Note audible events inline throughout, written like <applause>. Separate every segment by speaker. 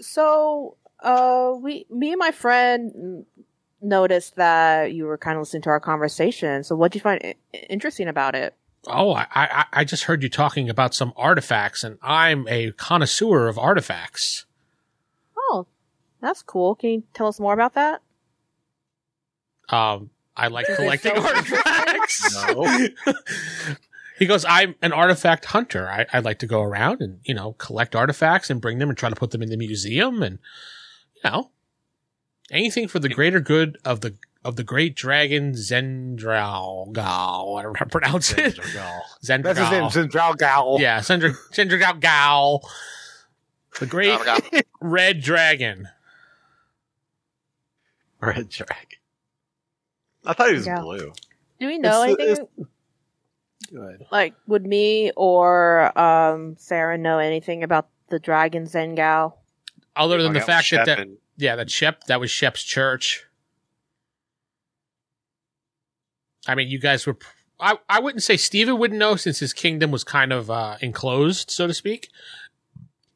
Speaker 1: So, uh, we, me and my friend mm, noticed that you were kind of listening to our conversation. So, what would you find i- interesting about it?
Speaker 2: Oh, I, I I just heard you talking about some artifacts, and I'm a connoisseur of artifacts.
Speaker 1: Oh, that's cool. Can you tell us more about that?
Speaker 2: Um, I like
Speaker 1: Is it
Speaker 2: collecting
Speaker 1: so-
Speaker 2: artifacts.
Speaker 3: No.
Speaker 2: <laughs> he goes, I'm an artifact hunter. I, I like to go around and, you know, collect artifacts and bring them and try to put them in the museum and, you know, anything for the greater good of the of the great dragon Zendralgal. I don't know how to pronounce it. Zendralgal.
Speaker 4: That's his name, Zendral Gal.
Speaker 2: Yeah, Sendra Gal. The great
Speaker 5: Oh, God.
Speaker 2: red dragon.
Speaker 3: Red dragon. I thought he was
Speaker 1: Yeah.
Speaker 3: blue.
Speaker 1: Do we know
Speaker 4: It's-
Speaker 1: anything?
Speaker 4: Good.
Speaker 1: like, would me or um, Sarah know anything about the dragon Zengal?
Speaker 2: Other than
Speaker 5: Hung
Speaker 2: the
Speaker 5: out with
Speaker 2: fact that,
Speaker 5: Shep
Speaker 2: that
Speaker 5: and-
Speaker 2: yeah, that Shep that was Shep's church. I mean, you guys were. I I wouldn't say Steven wouldn't know since his kingdom was kind of uh, enclosed, so to speak.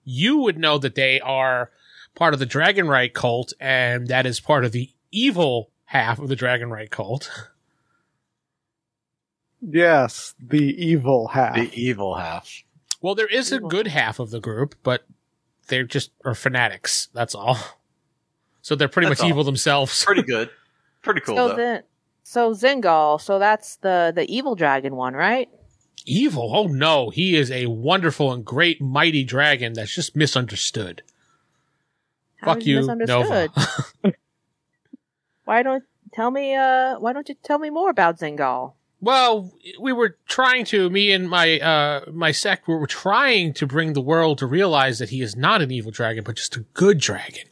Speaker 2: You would know that they are part of the Dragonrite cult, and that is part of the evil half of the Dragonrite cult.
Speaker 6: Yes, the evil half.
Speaker 3: The evil half.
Speaker 2: Well, there is a
Speaker 1: Evil.
Speaker 2: good half of the group, but they just are fanatics. That's all. So they're pretty
Speaker 3: That's
Speaker 2: much
Speaker 3: all.
Speaker 2: evil themselves.
Speaker 3: Pretty good. Pretty cool
Speaker 1: so
Speaker 3: though.
Speaker 1: then, so Zingal, so that's the the evil dragon one, right?
Speaker 2: evil? Oh no, he is a wonderful and great mighty dragon that's just misunderstood.
Speaker 1: How
Speaker 2: Fuck
Speaker 1: is it
Speaker 2: you,
Speaker 1: misunderstood?
Speaker 2: Nova.
Speaker 1: why don't tell me? Uh, why don't you tell me more about Zingal?
Speaker 2: Well, we were trying to. Me and my uh, my sect were trying to bring the world to realize that he is not an evil dragon, but just a good dragon.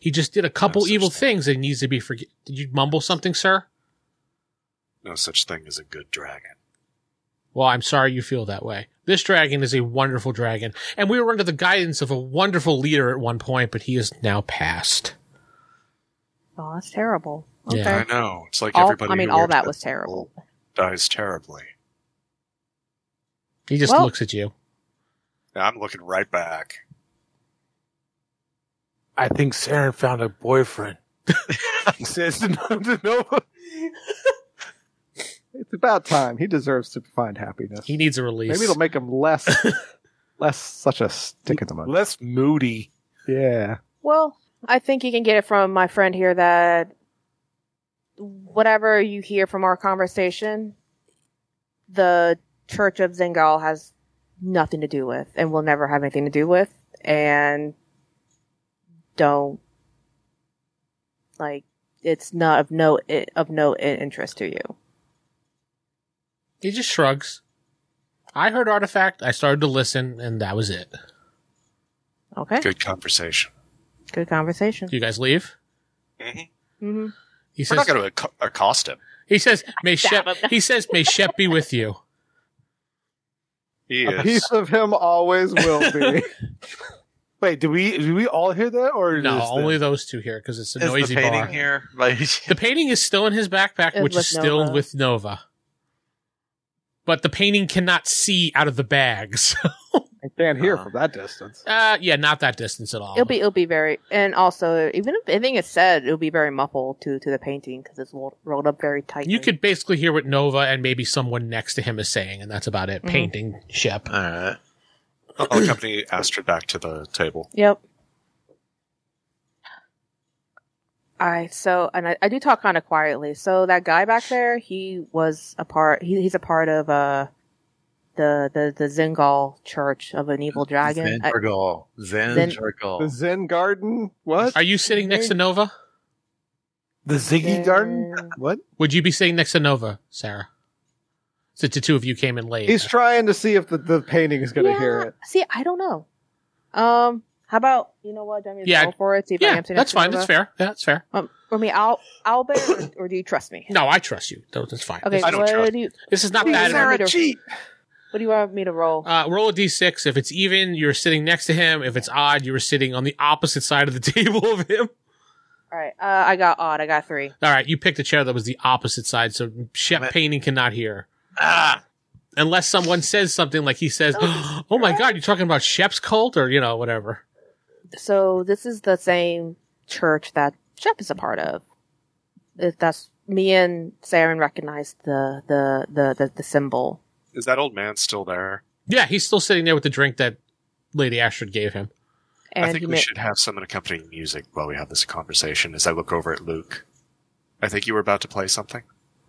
Speaker 2: He just did a couple
Speaker 3: such
Speaker 2: evil
Speaker 3: thing.
Speaker 2: things that needs to be forgiven. Did you mumble something, sir?
Speaker 3: No such thing as a good dragon.
Speaker 2: Well, I'm sorry you feel that way. This dragon is a wonderful dragon, and we were under the guidance of a wonderful leader at one point, but he is now passed.
Speaker 1: Oh, that's terrible. Okay.
Speaker 2: Yeah.
Speaker 3: I know. It's like
Speaker 1: All,
Speaker 3: everybody.
Speaker 1: I mean,
Speaker 3: who
Speaker 1: all
Speaker 3: works
Speaker 1: that
Speaker 3: at
Speaker 1: was terrible.
Speaker 3: dies terribly.
Speaker 2: He just
Speaker 1: Well-
Speaker 2: looks at you.
Speaker 3: Now I'm looking right back.
Speaker 4: I think Saren found a boyfriend. Says to Nova- to Nova.
Speaker 6: It's about time. He deserves to find happiness.
Speaker 2: He needs a release.
Speaker 6: Maybe it'll make him less less such a stick in the mud.
Speaker 4: Less moody.
Speaker 6: Yeah.
Speaker 1: Well, I think you can get it from my friend here that whatever you hear from our conversation, the Church of Zingal has nothing to do with and will never have anything to do with. And don't, like, it's not of no of no interest to you.
Speaker 2: he just shrugs. I heard artifact. I started to listen, and that was it.
Speaker 1: Okay,
Speaker 3: Good conversation.
Speaker 1: good conversation.
Speaker 2: Do you guys leave?
Speaker 5: Mhm.
Speaker 1: hmm
Speaker 2: He
Speaker 5: We're
Speaker 2: says.
Speaker 5: not going to acco- accost him.
Speaker 2: He says, "May
Speaker 1: Stab
Speaker 2: Shep."
Speaker 1: him.
Speaker 2: He says, "May Shep be with you."
Speaker 3: He
Speaker 6: A <laughs> piece of him always will be.
Speaker 4: Wait, do we do we all hear that or
Speaker 2: No,
Speaker 4: just
Speaker 2: only those two here because it's a
Speaker 3: is
Speaker 2: noisy
Speaker 3: the painting
Speaker 2: bar.
Speaker 3: here?
Speaker 2: The painting is still in his backpack,
Speaker 1: And
Speaker 2: which
Speaker 1: with
Speaker 2: is still
Speaker 1: Nova.
Speaker 2: with Nova. But the painting cannot see out of the bags.
Speaker 6: I can't hear
Speaker 3: Uh-huh.
Speaker 6: from that distance.
Speaker 2: uh, yeah, not that distance at all.
Speaker 1: It'll be it'll be very and also even if anything is said, it'll be very muffled to to the painting because it's rolled, rolled up very tightly.
Speaker 2: you could basically hear what Nova and maybe someone next to him is saying, and that's about it.
Speaker 1: Mhm.
Speaker 2: Painting Shep.
Speaker 3: All right. I'll accompany Astrid back to the table.
Speaker 1: Yep. I so and I, I do talk kind of quietly. So that guy back there, he was a part. He, he's a part of uh the the the Zingal Church of an evil dragon. I,
Speaker 3: Zendragal.
Speaker 6: The
Speaker 3: Zendragal.
Speaker 6: Zen Garden? What?
Speaker 2: Are you sitting next to Nova?
Speaker 4: the Ziggy Garden?
Speaker 1: Mm.
Speaker 6: What?
Speaker 2: Would you be sitting next to Nova, Sarah? Since the two of you came in late.
Speaker 6: He's trying to see if the, the painting is going to hear
Speaker 1: Yeah,
Speaker 6: it.
Speaker 1: See, I don't know. Um, how about you know what? Do I mean,
Speaker 2: Yeah.
Speaker 1: yeah, for it. See if I
Speaker 2: yeah,
Speaker 1: am sitting
Speaker 2: that's
Speaker 1: next to
Speaker 2: fine.
Speaker 1: Nova?
Speaker 2: That's fair. Yeah, that's fair.
Speaker 1: Um, I mean, I'll I'll bear, it, or do you trust me?
Speaker 2: No, I trust you. That- That's fine.
Speaker 1: Okay,
Speaker 2: This-
Speaker 3: I don't
Speaker 1: what
Speaker 3: trust-
Speaker 1: do you
Speaker 2: This is not
Speaker 1: Please,
Speaker 2: bad. at all.
Speaker 1: Sarah,
Speaker 4: Sarah cheat.
Speaker 1: what do you want me to roll?
Speaker 2: Uh, roll a d6. If it's even, you're sitting next to him. If it's odd, you were sitting on the opposite side of the <laughs> table of him.
Speaker 1: All right, uh, I got odd. I got three.
Speaker 2: All right, you picked a chair that was the opposite side, so Shep
Speaker 3: Damn it.
Speaker 2: Painting cannot hear.
Speaker 3: Ah,
Speaker 2: Unless someone says something like he says, <gasps>
Speaker 1: Oh,
Speaker 2: Oh my god, you're talking about Shep's cult? Or, you know, whatever.
Speaker 1: So this is the same church that Shep is a part of. If That's me and Saren recognized the the the the, the symbol.
Speaker 7: Is that old man still there?
Speaker 2: Yeah, he's still sitting there with the drink that Lady Astrid gave him.
Speaker 1: And
Speaker 7: I think
Speaker 1: he
Speaker 7: we
Speaker 1: ma-
Speaker 7: should have someone accompanying music while we have this conversation as I look over at Luke. I think you were about to play something.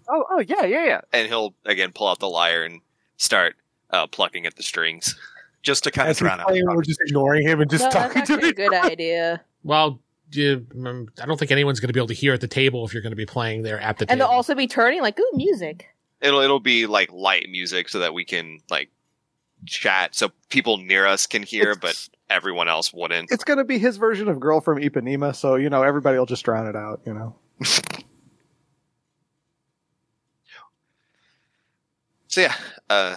Speaker 4: Oh, oh yeah, yeah, yeah.
Speaker 5: And he'll again pull out the lyre and start uh, plucking at the strings.
Speaker 7: Just to kind of
Speaker 4: As we
Speaker 7: drown out.
Speaker 4: play, we're just ignoring him and just
Speaker 1: No,
Speaker 4: talking
Speaker 1: that's
Speaker 4: to
Speaker 1: actually a
Speaker 4: him.
Speaker 1: good idea.
Speaker 2: Well, you, mm, I don't think anyone's going to be able to hear at the table if you're going to be playing there at the
Speaker 1: And
Speaker 2: table.
Speaker 1: they'll also be turning like ooh music.
Speaker 5: It'll it'll be like light music so that we can like chat so people near us can
Speaker 6: <laughs>
Speaker 5: hear, but everyone else wouldn't.
Speaker 6: It's going to be his version of Girl from Ipanema, so, you know, everybody will just drown it out, you know.
Speaker 5: So yeah, uh,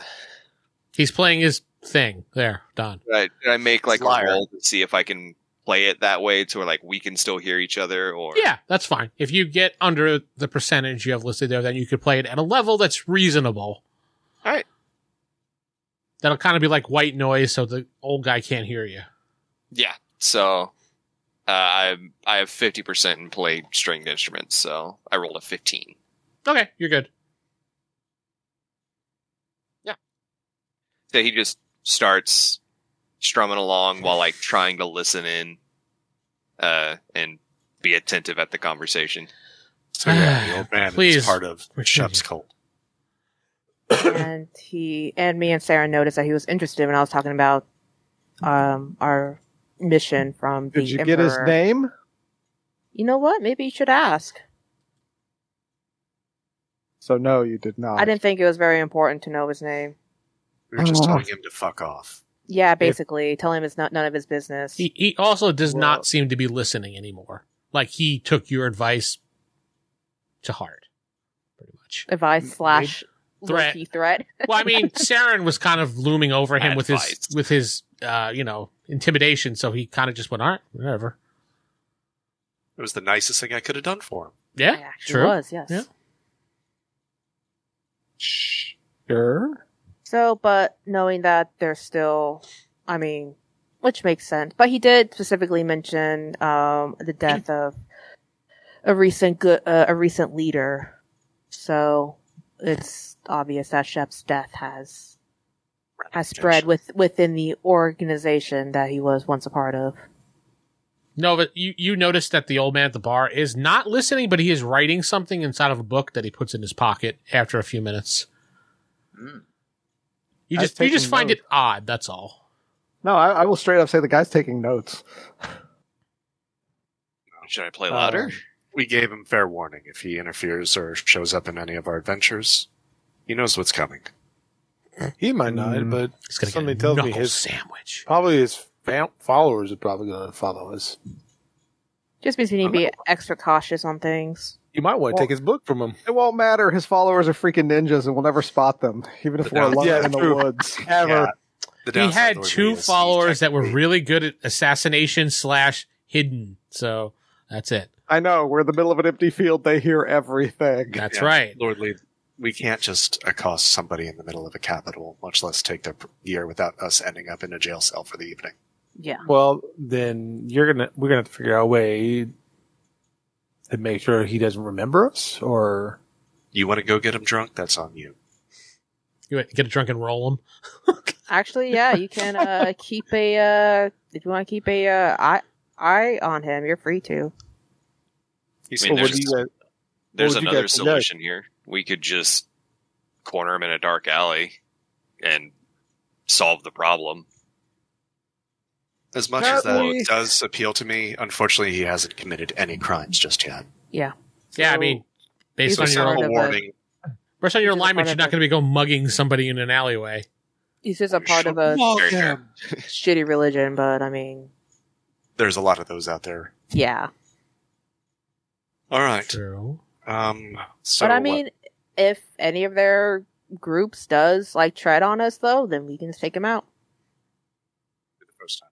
Speaker 2: he's playing his thing. There, done.
Speaker 5: I, I make like
Speaker 3: Liar.
Speaker 5: a roll to see if I can play it that way to where like we can still hear each other or
Speaker 2: Yeah, that's fine. If you get under the percentage you have listed there, then you could play it at a level that's reasonable.
Speaker 5: All right.
Speaker 2: That'll kind of be like white noise, so the old guy can't hear you.
Speaker 5: Yeah. So uh, I I have fifty percent in played stringed instruments, so I rolled a fifteen.
Speaker 2: Okay, you're good.
Speaker 5: So he just starts strumming along while like trying to listen in uh, and be attentive at the conversation.
Speaker 3: So yeah, the old man
Speaker 2: Please.
Speaker 3: is part of Shep's cult.
Speaker 1: and he and me and Sarah noticed that he was interested when I was talking about um, our mission from the
Speaker 6: Did you get his
Speaker 1: Emperor.
Speaker 6: name?
Speaker 1: You know what? Maybe you should ask.
Speaker 6: So no, you did not.
Speaker 1: I didn't think it was very important to know his name.
Speaker 3: We were just
Speaker 6: Oh.
Speaker 3: telling him to fuck off.
Speaker 1: Yeah, basically, tell him it's not none of his business.
Speaker 2: He, he also does
Speaker 6: Well-
Speaker 2: not seem to be listening anymore. Like he took your advice to heart, pretty much.
Speaker 1: Advice slash
Speaker 2: Threat.
Speaker 1: low-key threat.
Speaker 2: Well, I mean, Saren was kind of looming over him with
Speaker 5: Advice.
Speaker 2: his with his uh, you know intimidation, so he kind of just went, "All right, whatever."
Speaker 3: It was the nicest thing I could have done for him.
Speaker 2: Yeah,
Speaker 1: It actually
Speaker 2: true.
Speaker 1: was yes.
Speaker 2: Yeah.
Speaker 6: Sure.
Speaker 1: So, but knowing that there's still, I mean, which makes sense. But he did specifically mention um, the death of a recent good, uh, a recent leader. So it's obvious that Shep's death has has spread with within the organization that he was once a part of.
Speaker 2: No, but you you notice that the old man at the bar is not listening, but he is writing something inside of a book that he puts in his pocket after a few minutes.
Speaker 1: Hmm.
Speaker 2: You
Speaker 6: I've
Speaker 2: just you just
Speaker 6: taken
Speaker 2: find
Speaker 6: note.
Speaker 2: it odd. That's all.
Speaker 6: No, I, I will straight up say the guy's taking notes.
Speaker 5: Should I play
Speaker 4: Uh,
Speaker 5: louder?
Speaker 6: Um,
Speaker 7: We gave him fair warning. If he interferes or shows up in any of our adventures, he knows what's coming.
Speaker 4: He might not,
Speaker 6: Mm.
Speaker 4: but
Speaker 2: He's gonna
Speaker 4: Somebody
Speaker 2: get a
Speaker 4: tells me
Speaker 2: knuckle
Speaker 4: his-
Speaker 2: sandwich.
Speaker 4: probably his fam- followers are probably going to follow us.
Speaker 1: Just means we need to be extra cautious on things.
Speaker 4: You might want to
Speaker 6: Well-
Speaker 4: take his book from him.
Speaker 6: It won't matter. His followers are freaking ninjas, and we'll never spot them, even if
Speaker 3: But
Speaker 6: we're
Speaker 3: now-
Speaker 6: alone
Speaker 4: Yeah,
Speaker 6: in the
Speaker 4: true.
Speaker 6: woods.
Speaker 4: Ever.
Speaker 3: Yeah. The
Speaker 2: He
Speaker 3: downside
Speaker 2: had
Speaker 3: would be
Speaker 2: two
Speaker 3: is he
Speaker 2: followers that were
Speaker 3: technically-
Speaker 2: really good at assassination slash hidden. So that's it.
Speaker 6: I know we're in the middle of an empty field. They hear everything.
Speaker 2: That's
Speaker 3: Yeah.
Speaker 2: right.
Speaker 3: lordly.
Speaker 7: We can't just accost somebody in the middle of a capital, much less take their pr- gear without us ending up in a jail cell for the evening.
Speaker 1: Yeah.
Speaker 4: Well, then you're gonna we're gonna have to figure out a way to make sure he doesn't remember us, or
Speaker 7: You want to go get him drunk? That's on you.
Speaker 2: You went- get a drunk and roll him.
Speaker 1: Actually, yeah, you can uh, keep a uh, if you want to keep a uh, eye eye on him, you're free to.
Speaker 7: He's
Speaker 5: I mean,
Speaker 4: Well, what
Speaker 5: there's-
Speaker 4: do you guys-
Speaker 5: There's
Speaker 4: would you
Speaker 5: another
Speaker 4: guys suggest?
Speaker 5: solution here. We could just corner him in a dark alley and solve the problem.
Speaker 7: As much as that does appeal to me, unfortunately, he hasn't committed any crimes just yet.
Speaker 2: yeah, I
Speaker 1: So-
Speaker 2: mean, based
Speaker 1: He's
Speaker 2: on
Speaker 1: a
Speaker 2: your
Speaker 1: part
Speaker 7: a
Speaker 1: of
Speaker 7: warning.
Speaker 2: based on your
Speaker 1: he's a
Speaker 2: alignment,
Speaker 1: part
Speaker 2: you're
Speaker 1: of
Speaker 2: not
Speaker 1: it.
Speaker 2: going to be go mugging somebody in an alleyway.
Speaker 1: He's just a part of a
Speaker 5: Very fair.
Speaker 1: <laughs> shitty religion, but I mean,
Speaker 7: There's a lot of those out there.
Speaker 1: yeah.
Speaker 7: All right.
Speaker 2: True.
Speaker 7: Um, so
Speaker 1: but I
Speaker 7: what-
Speaker 1: mean, if any of their groups does like tread on us though, then we can just take him out.
Speaker 7: first time.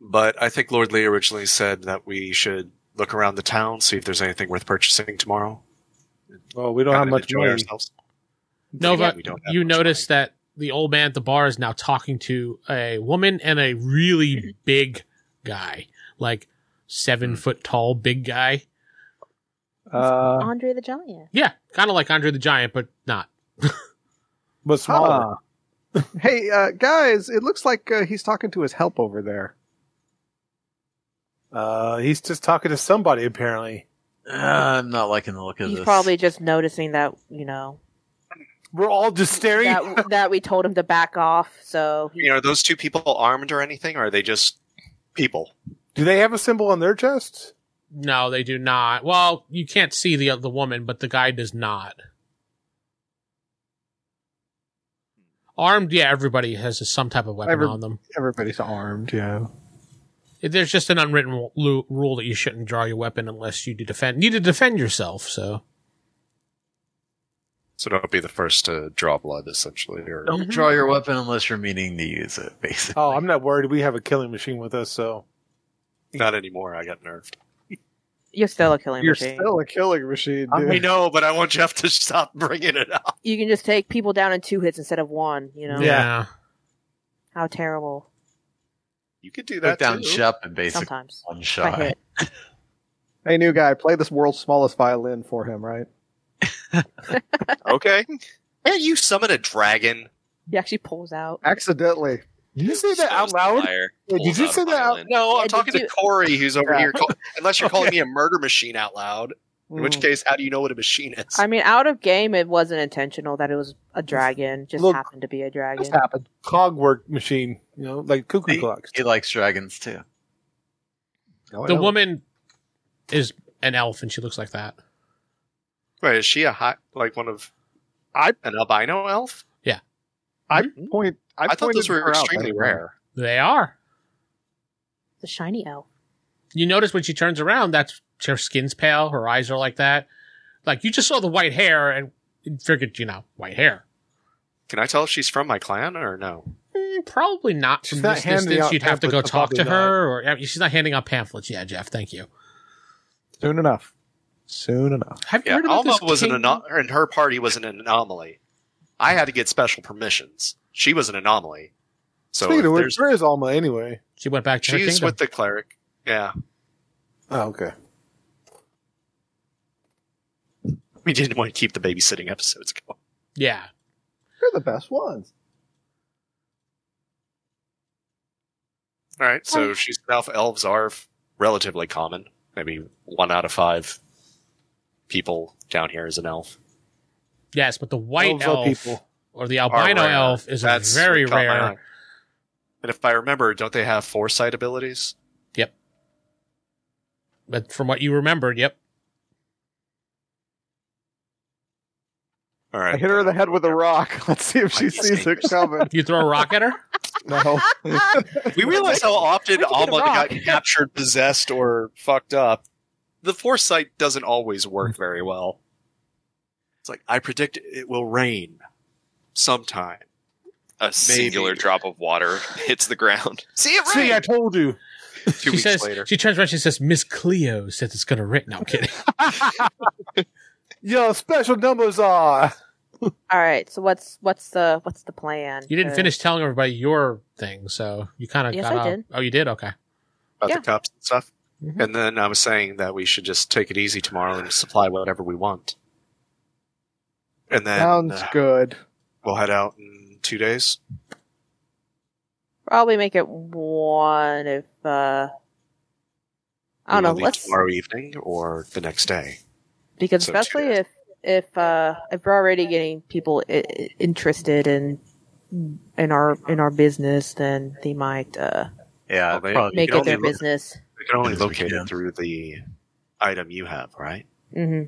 Speaker 7: But I think Lord Lee originally said that we should look around the town, see if there's anything worth purchasing tomorrow.
Speaker 4: well, we don't
Speaker 7: Kind
Speaker 4: have
Speaker 7: of
Speaker 4: much
Speaker 7: enjoy
Speaker 4: money.
Speaker 7: ourselves.
Speaker 2: Nova,
Speaker 7: We don't have
Speaker 2: you
Speaker 7: much
Speaker 2: notice that the old man at the bar is now talking to a woman and a really big guy, like seven foot tall, big guy.
Speaker 6: Uh,
Speaker 1: Andre the Giant.
Speaker 2: Yeah, kind of like Andre the Giant, but not.
Speaker 4: But smaller.
Speaker 6: huh. <laughs> hey, uh, guys! It looks like uh, he's talking to his help over there.
Speaker 4: Uh, he's just talking to somebody apparently.
Speaker 8: Uh, I'm not liking the look of
Speaker 1: He's
Speaker 8: this.
Speaker 1: probably just noticing that you know
Speaker 4: We're all just staring.
Speaker 1: that that we told him to back off. So
Speaker 7: You know, are those two people armed or anything, or are they just people?
Speaker 4: do they have a symbol on their chest?
Speaker 2: No, they do not. Well, you can't see the the woman, but the guy does not. Armed, yeah, everybody has some type of weapon
Speaker 6: Every-
Speaker 2: on them.
Speaker 6: Everybody's armed. Yeah.
Speaker 2: There's just an unwritten ru- lu- rule that you shouldn't draw your weapon unless you do defend need to defend yourself. So
Speaker 7: So don't be the first to draw blood, essentially. Or
Speaker 8: Don't
Speaker 1: Mm-hmm.
Speaker 8: draw your weapon unless you're meaning to use it. Basically,
Speaker 4: Oh, I'm not worried. We have a killing machine with us, so
Speaker 7: not anymore. I got nerfed.
Speaker 1: you're still a killing
Speaker 6: You're
Speaker 1: machine.
Speaker 6: still a killing machine,
Speaker 4: I
Speaker 6: dude.
Speaker 7: I know, but I want Jeff to stop <laughs> bringing it up.
Speaker 1: you can just take people down in two hits instead of one. You know
Speaker 4: Yeah.
Speaker 1: how terrible
Speaker 7: You could do
Speaker 8: look
Speaker 7: that
Speaker 8: down
Speaker 7: too.
Speaker 8: shop and basically
Speaker 1: sometimes.
Speaker 8: one
Speaker 1: I
Speaker 8: shot.
Speaker 1: hit.
Speaker 6: Hey, new guy, play this world's smallest violin for him, right?
Speaker 5: Okay.
Speaker 7: Yeah, you summon a dragon.
Speaker 1: He actually pulls out.
Speaker 6: Accidentally.
Speaker 4: Did you say that out
Speaker 5: Exposed
Speaker 4: loud?
Speaker 5: fire,
Speaker 4: Wait,
Speaker 5: pulls
Speaker 4: did you
Speaker 5: out a
Speaker 4: say that out-
Speaker 5: violin.
Speaker 7: No, I'm
Speaker 1: Yeah,
Speaker 7: talking
Speaker 1: did
Speaker 7: to
Speaker 1: you-
Speaker 7: Corey, who's over
Speaker 4: Yeah.
Speaker 7: here. Call- unless you're calling me a murder machine out loud, in
Speaker 1: Mm.
Speaker 7: which case, how do you know what a machine is?
Speaker 1: I mean, out of game, it wasn't intentional that it was a dragon. Just
Speaker 4: Look-
Speaker 1: happened to be a
Speaker 4: This
Speaker 1: dragon.
Speaker 4: happened. Cogwork machine, you know, like cuckoo
Speaker 8: He-
Speaker 4: clocks.
Speaker 8: He likes dragons too.
Speaker 4: No, I
Speaker 2: the
Speaker 4: don't.
Speaker 2: woman is an elf and she looks like that.
Speaker 7: Wait, is she a hot, like one of
Speaker 6: I-
Speaker 7: an albino elf?
Speaker 2: Yeah.
Speaker 7: I
Speaker 6: Point.
Speaker 7: Hmm?
Speaker 6: I,
Speaker 7: I thought
Speaker 6: pointed
Speaker 7: those were
Speaker 6: her out,
Speaker 7: extremely
Speaker 6: but-
Speaker 7: rare.
Speaker 2: They are.
Speaker 1: The shiny elf.
Speaker 2: You notice when she turns around, that's her skin's pale, her eyes are like that. Like you just saw the white hair and figured, you know, white hair.
Speaker 7: Can I tell if she's from my clan or no?
Speaker 2: Mm, probably not
Speaker 4: She's
Speaker 2: from
Speaker 4: not
Speaker 2: this
Speaker 4: handing
Speaker 2: distance.
Speaker 4: out
Speaker 2: You'd have to go
Speaker 4: pamphlets,
Speaker 2: talk to
Speaker 4: probably
Speaker 2: her, or yeah, she's not handing out pamphlets. Yeah, Jeff, thank you.
Speaker 6: Soon enough. Soon enough.
Speaker 2: Have you
Speaker 7: Yeah,
Speaker 2: heard about
Speaker 7: Alma
Speaker 2: this?
Speaker 7: was an
Speaker 2: king-
Speaker 7: ano- her and her party was an anomaly. I had to get special permissions. She was an anomaly. So
Speaker 4: Speaking
Speaker 7: if
Speaker 4: of which,
Speaker 7: there's-
Speaker 4: where is Alma anyway?
Speaker 2: She went back to her
Speaker 7: she's
Speaker 2: kingdom.
Speaker 7: with the cleric. Yeah,
Speaker 4: Oh, okay.
Speaker 7: we didn't want to keep the babysitting episodes going.
Speaker 2: yeah,
Speaker 6: They're the best ones.
Speaker 7: All right, so she's elf. Elves are f- relatively common. Maybe one out of five people down here is an elf.
Speaker 2: yes, but the white
Speaker 4: Elves are
Speaker 2: elf
Speaker 4: people.
Speaker 2: or the
Speaker 7: Are
Speaker 2: albino
Speaker 7: rare.
Speaker 2: elf is a
Speaker 7: That's
Speaker 2: very
Speaker 7: what caught my
Speaker 2: rare.
Speaker 7: eye. And if I remember, don't they have foresight abilities?
Speaker 2: But from what you remembered, yep.
Speaker 7: All
Speaker 6: I
Speaker 7: right,
Speaker 6: hit her in the head with a rock. <laughs> Let's see if she
Speaker 7: Like,
Speaker 6: sees it coming.
Speaker 2: You throw a rock at her.
Speaker 6: No.
Speaker 1: Ah!
Speaker 7: We realize how often
Speaker 1: Where'd you get a
Speaker 7: Alma got
Speaker 1: rock? <laughs>
Speaker 7: captured, possessed, or fucked up. The foresight doesn't always work very well. It's like I predict it will rain
Speaker 1: <laughs>
Speaker 7: sometime.
Speaker 5: A singular drop of water <laughs> hits the ground.
Speaker 7: See it
Speaker 4: See, I told you.
Speaker 7: Two
Speaker 2: she
Speaker 7: weeks
Speaker 2: says.
Speaker 7: later,
Speaker 2: She turns around. She says, "Miss Cleo says it's gonna rain." No, I'm
Speaker 1: <laughs>
Speaker 2: kidding.
Speaker 4: Yo, special numbers are.
Speaker 1: All right. So what's what's the what's the plan?
Speaker 2: You didn't
Speaker 1: Uh,
Speaker 2: finish telling everybody your thing, so you kind of
Speaker 1: Yes,
Speaker 2: got
Speaker 1: I
Speaker 2: off.
Speaker 1: did.
Speaker 2: Oh, you did. Okay.
Speaker 7: about
Speaker 1: yeah. Mm-hmm.
Speaker 7: the cups and stuff.
Speaker 2: Mhm.
Speaker 7: And then I was saying that we should just take it easy tomorrow and supply whatever we want. And then
Speaker 6: <laughs> Sounds
Speaker 7: uh,
Speaker 6: good.
Speaker 7: we'll head out in two days.
Speaker 1: Probably make it one if uh I
Speaker 7: We
Speaker 1: don't know.
Speaker 7: will leave
Speaker 1: Let's
Speaker 7: tomorrow evening or the next day.
Speaker 1: because
Speaker 7: so
Speaker 1: especially
Speaker 7: cheers.
Speaker 1: if if uh if we're already getting people I- I- interested in in our in our business, then they might uh
Speaker 8: Yeah,
Speaker 7: Well, they-
Speaker 8: probably
Speaker 1: make
Speaker 7: can
Speaker 1: it their
Speaker 7: only look-
Speaker 1: business.
Speaker 7: We can only
Speaker 8: Yes, we
Speaker 7: locate
Speaker 8: can.
Speaker 7: it through the item you have, right?
Speaker 1: hmm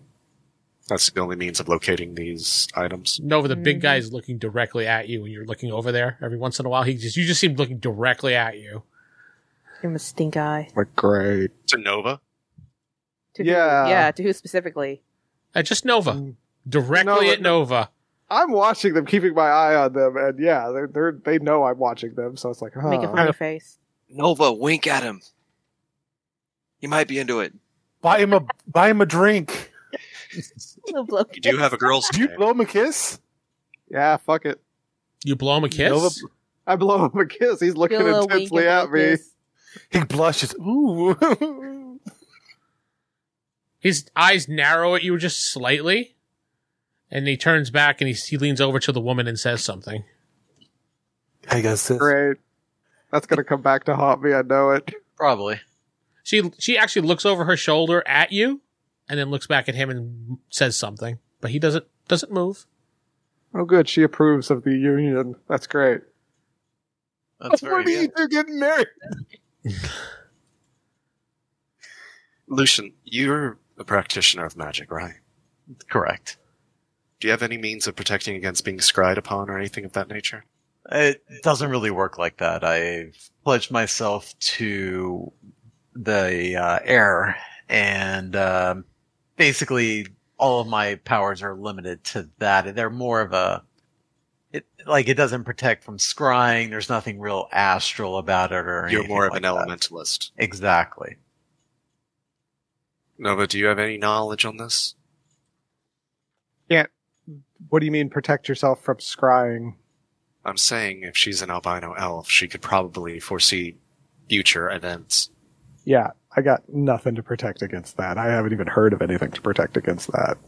Speaker 7: That's the only means of locating these items.
Speaker 2: Nova, the big
Speaker 1: Mhm.
Speaker 2: guy, is looking directly at you, and you're looking over there every once in a while. He just you just seem looking directly at you.
Speaker 1: Give him a stink eye.
Speaker 6: Like great.
Speaker 7: To Nova?
Speaker 1: To who-
Speaker 6: Yeah.
Speaker 1: yeah. To who specifically?
Speaker 2: Uh, just Nova,
Speaker 6: Mm.
Speaker 2: directly
Speaker 6: No,
Speaker 2: at Nova.
Speaker 6: I'm watching them, keeping my eye on them, and yeah, they're, they're they know I'm watching them, so it's like, huh.
Speaker 1: Make a funny face. <laughs>
Speaker 5: Nova, wink at him. You might be into it.
Speaker 4: Buy him a buy him a drink.
Speaker 1: Little blow-
Speaker 7: You do have a girl's
Speaker 4: Do you
Speaker 7: day.
Speaker 4: blow him a kiss?
Speaker 6: yeah, fuck it.
Speaker 2: You blow him a kiss.
Speaker 4: Nova,
Speaker 6: I blow him a
Speaker 1: <laughs>
Speaker 6: kiss. He's
Speaker 1: Give
Speaker 6: looking
Speaker 1: a little wink
Speaker 6: intensely
Speaker 1: and a
Speaker 6: at me.
Speaker 1: little kiss.
Speaker 4: he blushes. Ooh. <laughs>
Speaker 2: His eyes narrow at you just slightly, and he turns back and he, he leans over to the woman and says something.
Speaker 4: I guess this.
Speaker 6: Great. That's gonna come back to haunt me. I know it.
Speaker 8: probably.
Speaker 2: She she actually looks over her shoulder at you, and then looks back at him and says something, but he doesn't doesn't move.
Speaker 6: Oh, good. She approves of the union. That's great.
Speaker 8: That's very
Speaker 4: what do you
Speaker 8: good.
Speaker 4: do getting married?
Speaker 7: Lucian, you're a practitioner of magic, right?
Speaker 8: correct.
Speaker 7: Do you have any means of protecting against being scried upon or anything of that nature?
Speaker 8: It doesn't really work like that. I've pledged myself to the uh, air, and um, basically all of my powers are limited to that. They're more of a it like it doesn't protect from scrying. There's nothing real astral about it, or
Speaker 7: You're
Speaker 8: anything
Speaker 7: more of an
Speaker 8: like that.
Speaker 7: elementalist.
Speaker 8: Exactly.
Speaker 7: Nova, do you have any knowledge on this?
Speaker 6: What do you mean protect yourself from scrying?
Speaker 7: I'm saying if she's an albino elf, she could probably foresee future events.
Speaker 6: Yeah, I got nothing to protect against that. I haven't even heard of anything to protect against that.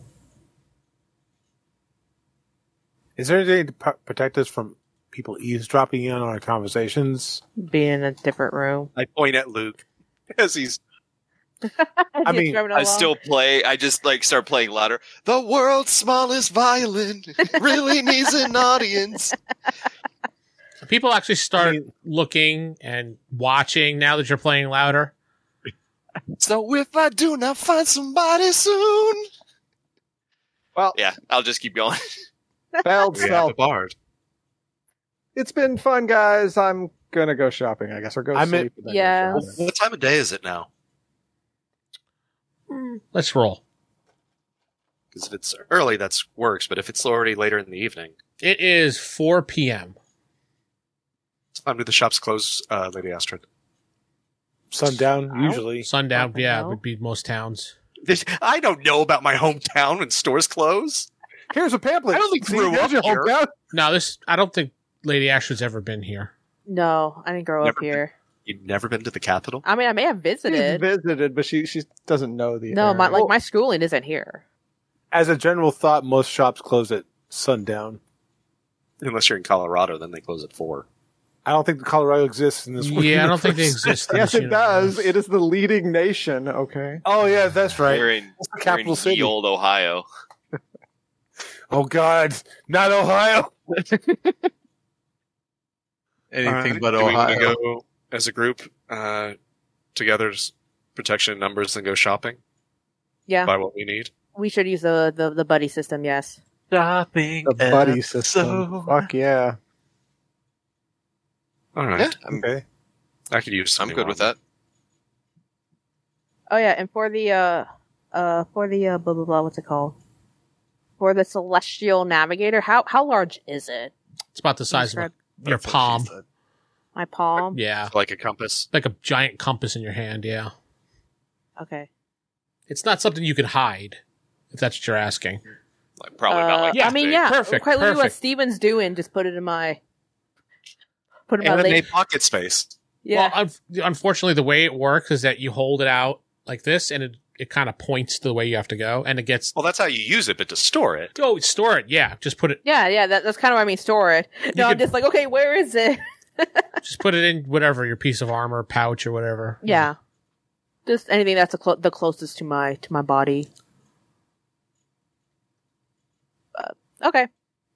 Speaker 4: Is there anything to pro- protect us from people eavesdropping in on our conversations.
Speaker 1: Being in a different room.
Speaker 7: I point at Luke <laughs> as he's
Speaker 4: I mean,
Speaker 1: Drumming
Speaker 5: I
Speaker 1: along.
Speaker 5: still play. I just like start playing louder. The world's smallest violin really needs an audience.
Speaker 2: So people actually start looking and watching now that you're playing louder.
Speaker 5: So if I do not find somebody soon, well, yeah, I'll just keep going.
Speaker 7: <laughs>
Speaker 6: Failed
Speaker 7: we have
Speaker 6: spell.
Speaker 7: a bard.
Speaker 6: It's been fun, guys. I'm gonna go shopping, I guess, or go
Speaker 4: I'm
Speaker 6: sleep.
Speaker 4: at-
Speaker 6: and then go
Speaker 1: Yeah.
Speaker 6: shopping.
Speaker 7: What time of day is it now?
Speaker 2: Let's roll.
Speaker 7: Because if it's early, that's works. But if it's already later in the evening,
Speaker 2: It is 4 p.m.
Speaker 7: time do the shops close, uh, Lady Astrid?
Speaker 4: sundown
Speaker 1: Ow.
Speaker 4: usually.
Speaker 2: Sundown,
Speaker 1: What the
Speaker 2: yeah,
Speaker 1: hell?
Speaker 2: would be most towns.
Speaker 7: This- I don't know about my hometown when stores close.
Speaker 4: Here's a pamphlet.
Speaker 7: I don't think
Speaker 4: See,
Speaker 7: grew
Speaker 4: there's
Speaker 7: up
Speaker 4: your
Speaker 7: here.
Speaker 4: hometown.
Speaker 2: No, this I don't think Lady Ashford's ever been here.
Speaker 1: No, I didn't grow up
Speaker 7: Never been.
Speaker 1: here.
Speaker 7: You've never been to the capital?
Speaker 1: I mean, I may have
Speaker 6: She's
Speaker 1: visited.
Speaker 6: visited, but she she doesn't know the.
Speaker 1: no, my
Speaker 6: area.
Speaker 1: like my schooling isn't here.
Speaker 4: As a general thought, most shops close at sundown.
Speaker 7: Unless you're in Colorado, then they close at four.
Speaker 4: I don't think Colorado exists in this.
Speaker 2: Yeah, I don't think they
Speaker 4: universe.
Speaker 2: exist.
Speaker 4: <laughs>
Speaker 2: in
Speaker 6: <laughs> Yes,
Speaker 2: this
Speaker 6: it does.
Speaker 2: universe.
Speaker 6: It is the leading nation. Okay.
Speaker 4: Oh yeah, that's right.
Speaker 5: We're in,
Speaker 4: That's the
Speaker 5: we're
Speaker 4: capital
Speaker 5: in
Speaker 4: city.
Speaker 5: ye old Ohio.
Speaker 4: Oh God, not Ohio.
Speaker 8: Anything but
Speaker 7: do we wanna
Speaker 8: Ohio.
Speaker 7: go as a group uh, together, s- protection numbers, and go shopping?
Speaker 1: Yeah.
Speaker 7: Buy what we need?
Speaker 1: We should use the the, the buddy system. Yes.
Speaker 8: Shopping.
Speaker 6: The buddy
Speaker 8: episode.
Speaker 6: system. Fuck yeah.
Speaker 7: All right.
Speaker 5: Yeah, I'm,
Speaker 6: Okay.
Speaker 7: I could use
Speaker 5: I'm
Speaker 7: something
Speaker 5: good
Speaker 7: on
Speaker 5: with that.
Speaker 1: Oh yeah, and for the uh uh for the uh blah blah blah. What's it called? For the celestial navigator, how how large is it?
Speaker 2: It's about the size of
Speaker 1: Describe
Speaker 2: a, your palm.
Speaker 1: My palm.
Speaker 2: Yeah,
Speaker 7: Like a compass.
Speaker 2: like a giant compass in your hand. Yeah,
Speaker 1: Okay.
Speaker 2: it's not something you can hide, if that's what you're asking.
Speaker 5: Like probably
Speaker 1: Uh,
Speaker 5: about like
Speaker 2: Yeah,
Speaker 1: I
Speaker 5: that
Speaker 1: mean,
Speaker 5: big.
Speaker 1: yeah.
Speaker 2: perfect,
Speaker 1: Quite literally, what
Speaker 2: perfect.
Speaker 1: Steven's doing, just put it in my put it in my
Speaker 7: Anime
Speaker 1: leg.
Speaker 7: pocket space.
Speaker 1: Yeah.
Speaker 2: Well, un- unfortunately, the way it works is that you hold it out like this, and it it kind of points to the way you have to go, and it gets
Speaker 7: Well, that's how you use it, but to store it.
Speaker 2: go store it. Yeah, just put it
Speaker 1: yeah, yeah, that, that's kind of what I mean. Store it. No, I'm
Speaker 2: could-
Speaker 1: just like, okay, where
Speaker 2: <laughs>
Speaker 1: is it?
Speaker 2: just put it in whatever your piece of armor, pouch, or whatever.
Speaker 1: Yeah, just anything that's a clo- the closest to my to my body. Uh, okay,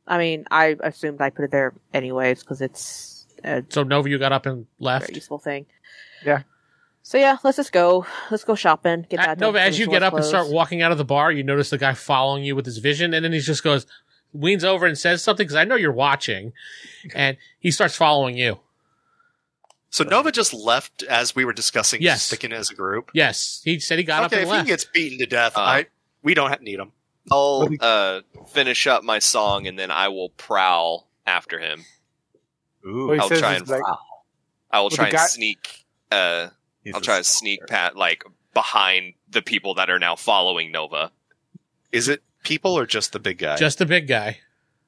Speaker 1: I mean, I assumed I put it there anyways because it's a
Speaker 2: So Nova, you got up and left.
Speaker 1: very useful thing.
Speaker 6: Yeah.
Speaker 1: So yeah, let's just go. Let's go shopping. Get
Speaker 2: Uh,
Speaker 1: that.
Speaker 2: Nova,
Speaker 1: done,
Speaker 2: as
Speaker 1: finish
Speaker 2: you
Speaker 1: the
Speaker 2: get up and
Speaker 1: clothes.
Speaker 2: start walking out of the bar, you notice the guy following you with his vision, and then he just goes, leans over and says something because I know you're watching, and he starts following you.
Speaker 7: So Nova just left as we were discussing
Speaker 2: Yes.
Speaker 7: sticking as a group.
Speaker 2: Yes, he said he got
Speaker 7: okay, if
Speaker 2: up
Speaker 7: he
Speaker 2: and left.
Speaker 7: gets beaten to death,
Speaker 5: Uh,
Speaker 7: I we don't ha- need him.
Speaker 5: I'll uh, finish up my song and then I will prowl after him.
Speaker 8: Ooh,
Speaker 4: What he
Speaker 5: I'll
Speaker 4: says
Speaker 5: try
Speaker 4: is
Speaker 5: and-
Speaker 4: like,
Speaker 5: I will
Speaker 4: Well,
Speaker 5: try
Speaker 4: the
Speaker 5: and
Speaker 4: guy-
Speaker 5: sneak. Uh,
Speaker 8: he's
Speaker 5: I'll
Speaker 8: a
Speaker 5: try to sneak pat like behind the people that are now following Nova.
Speaker 7: Is it people or just the big guy?
Speaker 2: Just the big guy.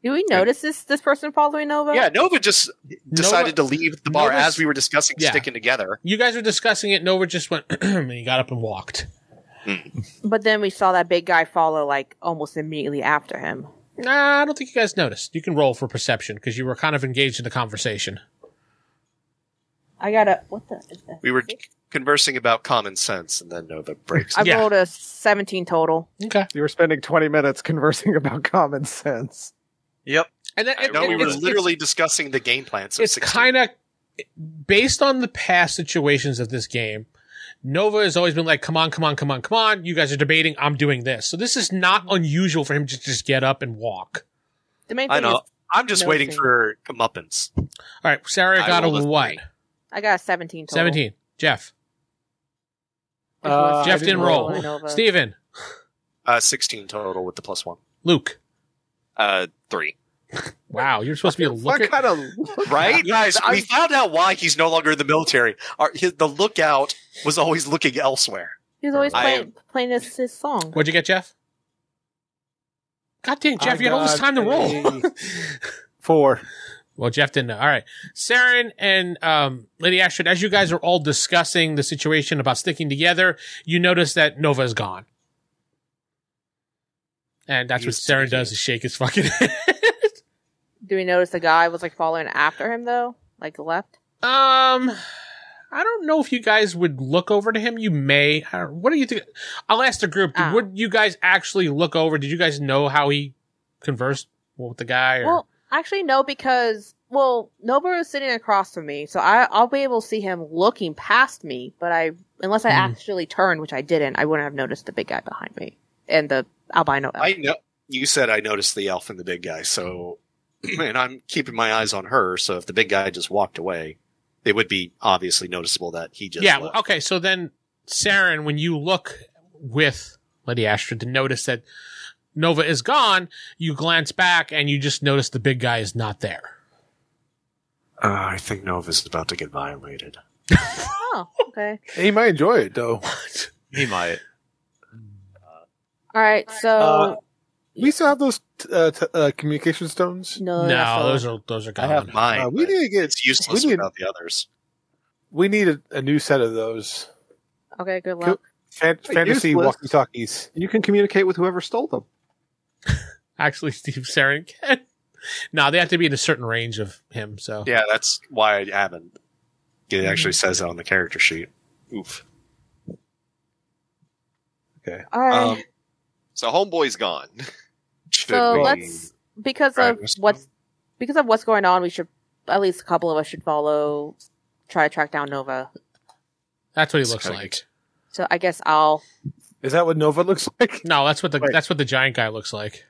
Speaker 1: Do we notice this this person following Nova?
Speaker 7: yeah, Nova just decided to leave the bar
Speaker 2: Nova's-
Speaker 7: as we were discussing
Speaker 2: Yeah.
Speaker 7: sticking together.
Speaker 2: You guys were discussing it. Nova just went <clears throat> and he got up and walked.
Speaker 1: But then we saw that big guy follow like almost immediately after him.
Speaker 2: Nah, I don't think you guys noticed. You can roll for perception because you were kind of engaged in the conversation.
Speaker 1: I gotta. What the? Is that?
Speaker 7: We were conversing about common sense, and then Nova breaks.
Speaker 1: I
Speaker 2: Yeah.
Speaker 1: rolled a seventeen total.
Speaker 2: Okay.
Speaker 6: You were spending 20 minutes conversing about common sense.
Speaker 8: Yep.
Speaker 2: And then
Speaker 5: I
Speaker 2: it,
Speaker 7: no,
Speaker 5: rolled
Speaker 2: it-
Speaker 7: we were
Speaker 2: it's,
Speaker 7: literally discussing the game plans. Of
Speaker 2: it's kind of based on the past situations of this game. Nova has always been like, "Come on, come on, come on, come on! You guys are debating. I'm doing this." So this is not unusual for him to just get up and walk.
Speaker 1: The main thing
Speaker 7: I know.
Speaker 1: is
Speaker 7: I'm just waiting
Speaker 1: noticing.
Speaker 7: for comeuppance.
Speaker 2: All right, Sarah
Speaker 5: I
Speaker 2: got a
Speaker 5: rolled a
Speaker 2: what?
Speaker 5: three.
Speaker 1: I got a seventeen total.
Speaker 2: Seventeen. Jeff.
Speaker 4: Uh, I
Speaker 2: Jeff
Speaker 4: didn't
Speaker 2: didn't
Speaker 4: roll.
Speaker 2: roll.
Speaker 1: Nova.
Speaker 2: Steven.
Speaker 7: Uh, 16 total with the plus one.
Speaker 2: Luke.
Speaker 5: Uh, three.
Speaker 2: Wow, you're supposed to be a
Speaker 6: What
Speaker 2: looker.
Speaker 6: kind of
Speaker 7: Right, guys.
Speaker 6: I-
Speaker 7: we found out why he's no longer in the military. Our, his, the lookout was always looking elsewhere.
Speaker 1: He's always
Speaker 5: I
Speaker 1: playing playing this his song.
Speaker 2: What'd you get, Jeff? God dang, Jeff,
Speaker 4: I
Speaker 2: you had all this
Speaker 4: got
Speaker 2: time to roll.
Speaker 4: a Four.
Speaker 2: Well, Jeff didn't know. All right. Saren and um, Lady Ashford, as you guys are all discussing the situation about sticking together, you notice that Nova is gone. And that's
Speaker 7: He's
Speaker 2: what Saren
Speaker 7: sticking.
Speaker 2: does is shake his fucking head.
Speaker 1: Do we notice the guy was like following after him though? Like left?
Speaker 2: <laughs> Um, I don't know if you guys would look over to him. You may. I don't- What do you think? I'll ask the group.
Speaker 1: Ah.
Speaker 2: Would you guys actually look over? Did you guys know how he conversed with the guy? Or?
Speaker 1: Well, actually no, because well, Noboru is sitting across from me, so I I'll be able to see him looking past me, but I unless I
Speaker 2: Hmm.
Speaker 1: actually turned, which I didn't, I wouldn't have noticed the big guy behind me. And the albino elf.
Speaker 3: I know you said I noticed the elf and the big guy, so <clears throat> and I'm keeping my eyes on her. So if the big guy just walked away, it would be obviously noticeable that he just
Speaker 2: yeah.
Speaker 3: left.
Speaker 2: well, Okay. So then, Saren, when you look with Lady Astra to notice that Nova is gone, you glance back and you just notice the big guy is not there.
Speaker 7: Uh, I think Nova's about to get violated.
Speaker 1: Oh, okay.
Speaker 4: He might enjoy it though.
Speaker 8: He might.
Speaker 3: <laughs>
Speaker 1: All right, so
Speaker 4: Uh, we still have those t- uh, t- uh, communication stones.
Speaker 1: no,
Speaker 2: No,
Speaker 1: that's all.
Speaker 2: those are those are
Speaker 3: I
Speaker 2: gone.
Speaker 3: have mine.
Speaker 4: Uh, we
Speaker 3: but
Speaker 4: need to get
Speaker 3: it's useless
Speaker 4: we need-
Speaker 3: without the others.
Speaker 4: we need a, a new set of those
Speaker 1: okay. Good luck.
Speaker 4: Cool. Fan- fantasy
Speaker 6: useless.
Speaker 4: walkie talkies.
Speaker 6: You can communicate with whoever stole them.
Speaker 2: Actually, <laughs> Steve Saren can. no, they have to be in a certain range of him. So
Speaker 3: Yeah, that's why I haven't.
Speaker 4: Mm-hmm.
Speaker 7: It actually says that on the character sheet.
Speaker 5: Oof.
Speaker 1: All right.
Speaker 7: Um,
Speaker 5: So homeboy's gone.
Speaker 3: <laughs>
Speaker 7: Should
Speaker 1: So
Speaker 7: we-
Speaker 1: let's because
Speaker 7: Right,
Speaker 1: of
Speaker 7: let's go.
Speaker 1: what's because of what's going on, we should at least a couple of us should follow, try to track down Nova.
Speaker 2: that's what he
Speaker 7: It's
Speaker 2: looks
Speaker 7: kinda
Speaker 2: like.
Speaker 1: So I guess I'll.
Speaker 4: Is that what Nova looks <laughs> like?
Speaker 2: No, that's what the
Speaker 6: Wait.
Speaker 2: that's what the giant guy looks like.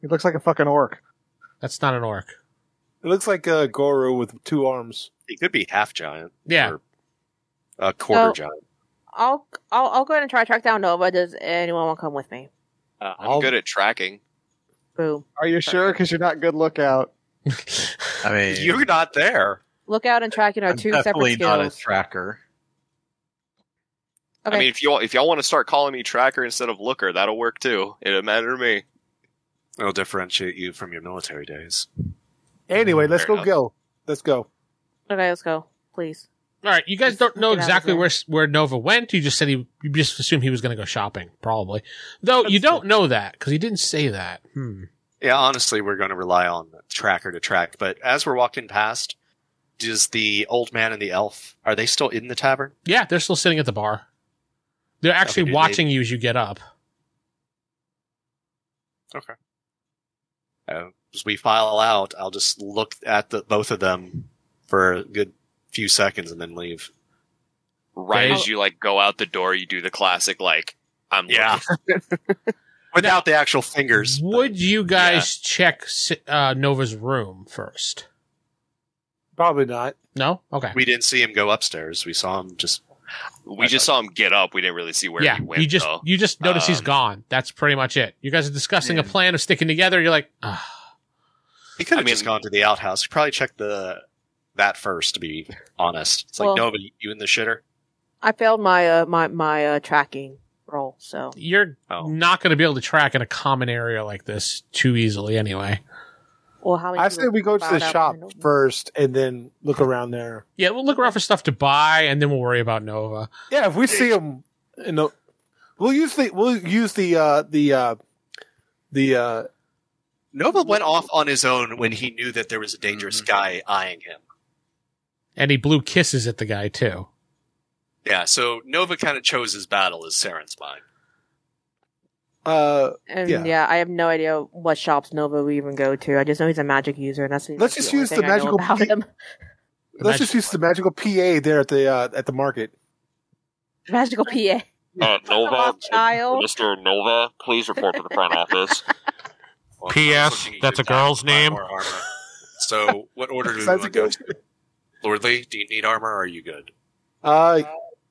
Speaker 6: He looks like a fucking orc.
Speaker 2: That's not an orc.
Speaker 4: It looks like a Goro with two arms.
Speaker 3: He could be half giant,
Speaker 2: Yeah.
Speaker 3: Or a quarter
Speaker 1: So-
Speaker 3: giant.
Speaker 1: I'll I'll I'll go ahead and try to track down Nova. Does anyone want to come with me?
Speaker 5: Uh, I'm
Speaker 6: I'll-
Speaker 5: good at tracking.
Speaker 1: Boom!
Speaker 6: Are you sure? Because you're not good lookout.
Speaker 2: <laughs>
Speaker 8: I mean,
Speaker 3: You're not there.
Speaker 1: Lookout and tracking are
Speaker 8: I'm
Speaker 1: two separate
Speaker 8: definitely not a
Speaker 1: skills.
Speaker 8: tracker.
Speaker 1: okay.
Speaker 5: I mean, if you all if y'all want to start calling me tracker instead of looker, that'll work too. It doesn't matter to me.
Speaker 7: It'll differentiate you from your military days.
Speaker 4: Anyway, let's
Speaker 5: Fair
Speaker 4: go, go. Let's go.
Speaker 1: okay, let's go, please.
Speaker 2: All right, you guys
Speaker 1: Let's
Speaker 2: don't know
Speaker 1: get out of
Speaker 2: exactly
Speaker 1: here.
Speaker 2: where where Nova went. You just said he you just assumed he was going to go shopping, probably. Though you
Speaker 4: That's
Speaker 2: don't know that because he didn't say that. Hmm.
Speaker 7: Yeah, honestly, we're going to rely on tracker to track. But as we're walking past,
Speaker 3: Does the old man and the elf are they still in the tavern?
Speaker 2: Yeah, they're still sitting at the bar. They're actually
Speaker 3: did they-
Speaker 2: watching you as you get up.
Speaker 3: Uh, as we file out, I'll just look at the both of them for a good few seconds and then leave.
Speaker 5: Right
Speaker 2: Okay.
Speaker 5: as you like go out the door, you do the classic like I'm
Speaker 3: Yeah.
Speaker 5: looking.
Speaker 3: Without the actual fingers.
Speaker 2: Would you guys check si- uh, Nova's room first?
Speaker 4: Probably not.
Speaker 2: No. Okay.
Speaker 3: We didn't see him go upstairs. We saw him just
Speaker 5: We just saw him get up. We didn't really see where
Speaker 2: yeah.
Speaker 5: he went
Speaker 2: you just
Speaker 5: though.
Speaker 2: you just notice he's
Speaker 5: Um,
Speaker 2: gone. That's pretty much it. You guys are discussing a plan of sticking together. You're like, ah.
Speaker 3: he could
Speaker 5: I
Speaker 3: have
Speaker 5: mean-
Speaker 3: just gone to the outhouse. Probably check the that first to be honest. It's like
Speaker 1: Well-
Speaker 3: nobody you in the shitter.
Speaker 1: I failed my uh, my my uh, tracking roll, so
Speaker 2: you're
Speaker 3: Oh.
Speaker 2: not going to be able to track in a common area like this too easily anyway.
Speaker 1: well, how many?
Speaker 4: I
Speaker 1: people
Speaker 4: say we go to the
Speaker 1: filed out
Speaker 4: shop
Speaker 1: for Nova?
Speaker 4: first and then look around there.
Speaker 2: Yeah, we'll look around for stuff to buy and then we'll worry about Nova.
Speaker 4: Yeah, if we see them, you know, we'll use the we'll use the uh, the uh, the uh,
Speaker 3: Nova went off on his own when he knew that there was a dangerous
Speaker 5: Mm-hmm.
Speaker 3: guy eyeing him.
Speaker 2: And he blew kisses at the guy too.
Speaker 3: Yeah, so Nova kind of chose his battle as Saren's mind.
Speaker 4: uh,
Speaker 1: And yeah.
Speaker 4: Yeah.
Speaker 1: I have no idea what shops Nova would even go to. I just know he's a magic user, and that's
Speaker 4: Let's just
Speaker 1: only
Speaker 4: use the
Speaker 1: thing I know
Speaker 4: magical
Speaker 1: about
Speaker 4: pi-
Speaker 1: him. <laughs>
Speaker 4: let's just
Speaker 2: Imagine-
Speaker 4: use the magical PA there at the uh, at the market.
Speaker 1: magical PA.
Speaker 9: Uh,
Speaker 1: <laughs> Nova, Child.
Speaker 9: Mr. Nova, please report to the front office.
Speaker 2: P.S. That's a girl's name.
Speaker 7: More armor.
Speaker 2: <laughs>
Speaker 7: so, what order do we
Speaker 4: Sounds
Speaker 7: want to go
Speaker 4: good.
Speaker 7: to? Lordly, do you need armor or are you good?
Speaker 4: Uh,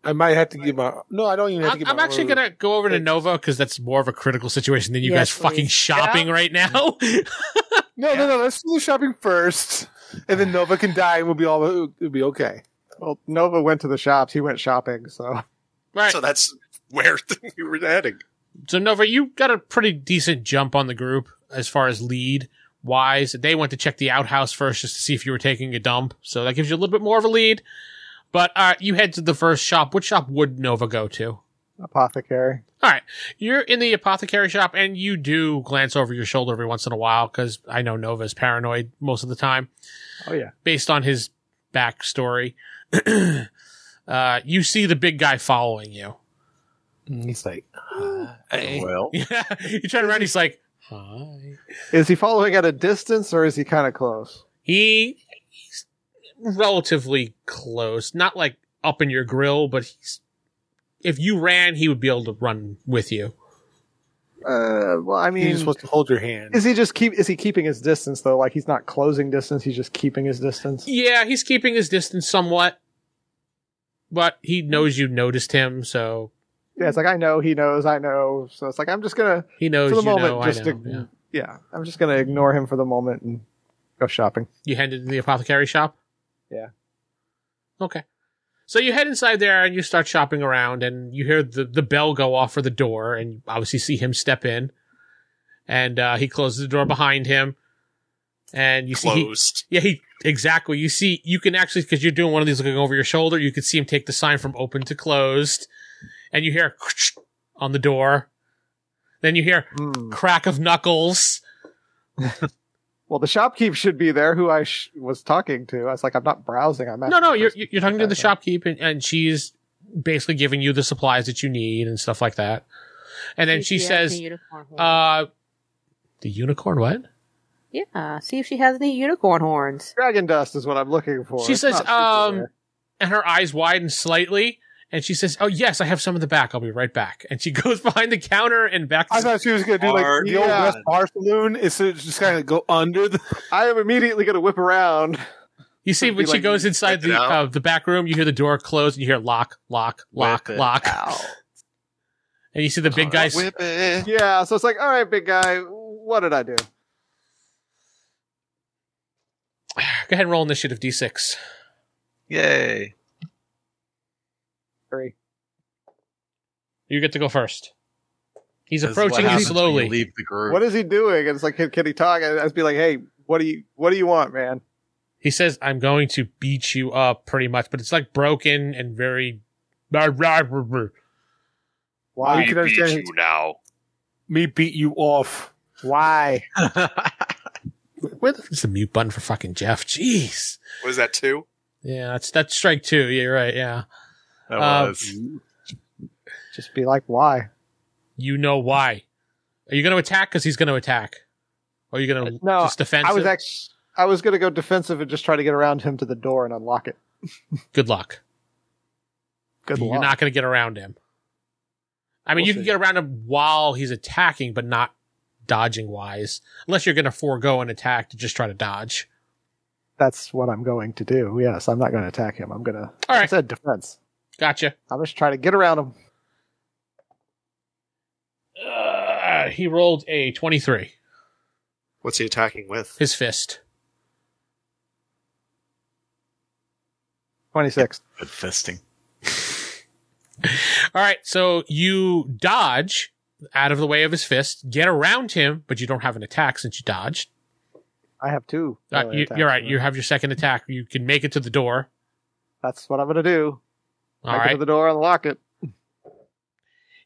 Speaker 4: I might have to give my no. I don't even have to
Speaker 2: I'm,
Speaker 4: give
Speaker 2: I'm
Speaker 4: my
Speaker 2: actually
Speaker 4: order.
Speaker 2: gonna go over to Nova because that's more of a critical situation than you
Speaker 1: Yes,
Speaker 2: guys fucking
Speaker 1: please.
Speaker 2: shopping right now.
Speaker 4: no no no. Let's do the shopping first, and then Nova can die, and we'll be all it'll be okay.
Speaker 6: Well, Nova went to the shops. He went shopping. So
Speaker 2: <laughs> right.
Speaker 3: So
Speaker 2: So,
Speaker 3: that's where <laughs> you were
Speaker 2: <laughs>
Speaker 3: heading.
Speaker 2: Nova, you got a pretty decent jump on the group as far as lead wise. They went to check the outhouse first just to see if you were taking a dump, so that gives you a little bit more of a lead. But uh, you head to the first shop. Which shop would Nova go to?
Speaker 6: apothecary.
Speaker 2: You're in the apothecary shop and you do glance over your shoulder every once in a while because I know Nova is paranoid most of the time
Speaker 6: Oh yeah,
Speaker 2: based on his backstory. <clears throat> uh, you see the big guy following you. <laughs>
Speaker 4: And Mm, He's like,
Speaker 2: Hey.
Speaker 8: Well,
Speaker 2: Yeah. you turn around, he's like, hi.
Speaker 6: is he following at a distance or is he kind of close?
Speaker 2: He, he's relatively close, not like up in your grill, but he's, if you ran, he would be able to run with you.
Speaker 6: Uh, well, I
Speaker 4: you're
Speaker 6: mean,
Speaker 4: supposed to hold your hand.
Speaker 6: is he just keep? Is he keeping his distance though? Like he's not closing distance. He's just keeping his distance.
Speaker 2: Yeah, he's keeping his distance somewhat, but he knows you noticed him, so
Speaker 6: Yeah, it's like I know he knows. I know. So it's like I'm just gonna
Speaker 2: he knows
Speaker 6: for the
Speaker 2: you
Speaker 6: moment
Speaker 2: know.
Speaker 6: just
Speaker 2: I know.
Speaker 6: to,
Speaker 2: yeah.
Speaker 6: yeah. I'm just gonna ignore him for the moment and go shopping.
Speaker 2: You headed to the apothecary shop?
Speaker 6: Yeah.
Speaker 2: Okay. So you head inside there and you start shopping around and you hear the, the bell go off for the door and you obviously see him step in and uh, he closes the door behind him and you see he,
Speaker 3: Closed.
Speaker 2: yeah he exactly you see you can actually because you're doing one of these looking over your shoulder you can see him take the sign from open to closed and you hear on the door then you hear
Speaker 6: Hmm.
Speaker 2: crack of knuckles
Speaker 6: Well, the shopkeep should be there, who I sh- was talking to. I was like, I'm not browsing. I'm
Speaker 2: no,
Speaker 6: asking
Speaker 2: no, you're
Speaker 6: first.
Speaker 2: you're talking to the
Speaker 6: Okay.
Speaker 2: shopkeep, and, and she's basically giving you the supplies that you need and stuff like that. And then she
Speaker 1: has
Speaker 2: says,
Speaker 1: any unicorn horns.
Speaker 2: "Uh, the unicorn what?"
Speaker 1: yeah, see if she has any unicorn horns.
Speaker 6: Dragon dust is what I'm looking for.
Speaker 2: She
Speaker 6: It's
Speaker 2: says,
Speaker 6: not super
Speaker 2: um,
Speaker 6: rare.
Speaker 2: And her eyes widen slightly, and she says, "Oh yes, I have some in the back. I'll be right back." And she <laughs> goes behind the counter and back.
Speaker 4: I thought she was going to do like
Speaker 3: Hard.
Speaker 4: the old
Speaker 6: Yeah.
Speaker 4: West Bar Saloon. It's uh, just kind of go under the. <laughs>
Speaker 6: I am immediately gonna whip around. <laughs>
Speaker 2: you see
Speaker 6: be
Speaker 2: when she
Speaker 6: like,
Speaker 2: goes inside
Speaker 5: check it
Speaker 2: the
Speaker 5: out.
Speaker 2: uh, the back room, you hear the door close, and you hear lock, lock, lock,
Speaker 8: Whip it
Speaker 2: lock,
Speaker 8: out.
Speaker 2: and you see the <laughs> big guy. s-
Speaker 5: Whip it.
Speaker 6: Yeah, so it's like, all right, big guy, what did I do?
Speaker 2: Go ahead and roll initiative d6.
Speaker 8: Yay.
Speaker 6: Three.
Speaker 2: You get to go first. He's
Speaker 8: This is what
Speaker 2: approaching you
Speaker 8: happens when
Speaker 2: slowly.
Speaker 8: leave the group.
Speaker 6: What is he doing? And it's like, can, can he talk? And I'd be like, hey, what do you what do you want, man?
Speaker 2: he says i'm going to beat you up pretty much but it's like broken and very and
Speaker 4: Why
Speaker 5: We
Speaker 4: you can
Speaker 5: beat
Speaker 4: understand
Speaker 5: you now.
Speaker 4: me beat you off.
Speaker 6: Why?
Speaker 8: <laughs>
Speaker 2: where the is the mute button for fucking jeff jeez
Speaker 3: Was that two?
Speaker 2: yeah that's that's strike two yeah, you're right yeah
Speaker 8: That
Speaker 2: Uh,
Speaker 8: was.
Speaker 6: Just be like, why?
Speaker 2: you know why are you going to attack because he's going to attack or are you going to
Speaker 6: No,
Speaker 2: just defensive
Speaker 6: I was actually I was gonna go defensive and just try to get around him to the door and unlock it.
Speaker 2: good luck
Speaker 6: Good
Speaker 2: you're
Speaker 6: luck.
Speaker 2: not going to get around him i mean
Speaker 6: We'll
Speaker 2: you can
Speaker 6: see.
Speaker 2: get around him while he's attacking but not dodging wise unless you're going to forego an attack to just try to dodge
Speaker 6: That's what I'm going to do. Yes, I'm not gonna attack him. I'm gonna
Speaker 2: all
Speaker 6: I
Speaker 2: right
Speaker 6: said defense.
Speaker 2: gotcha
Speaker 6: I'm just trying to get around him.
Speaker 2: Uh, he rolled a 23.
Speaker 3: What's he attacking with?
Speaker 2: His fist.
Speaker 6: Twenty six.
Speaker 8: Good fisting.
Speaker 2: All right, so you dodge out of the way of his fist, get around him, but you don't have an attack since you dodged.
Speaker 6: I have two.
Speaker 2: Uh,
Speaker 6: melee
Speaker 2: you,
Speaker 6: attacks.
Speaker 2: you're right. You have your second attack. You can make it to the door.
Speaker 6: That's what I'm gonna do.
Speaker 2: All
Speaker 6: Make it to
Speaker 2: right.
Speaker 6: the door, unlock it.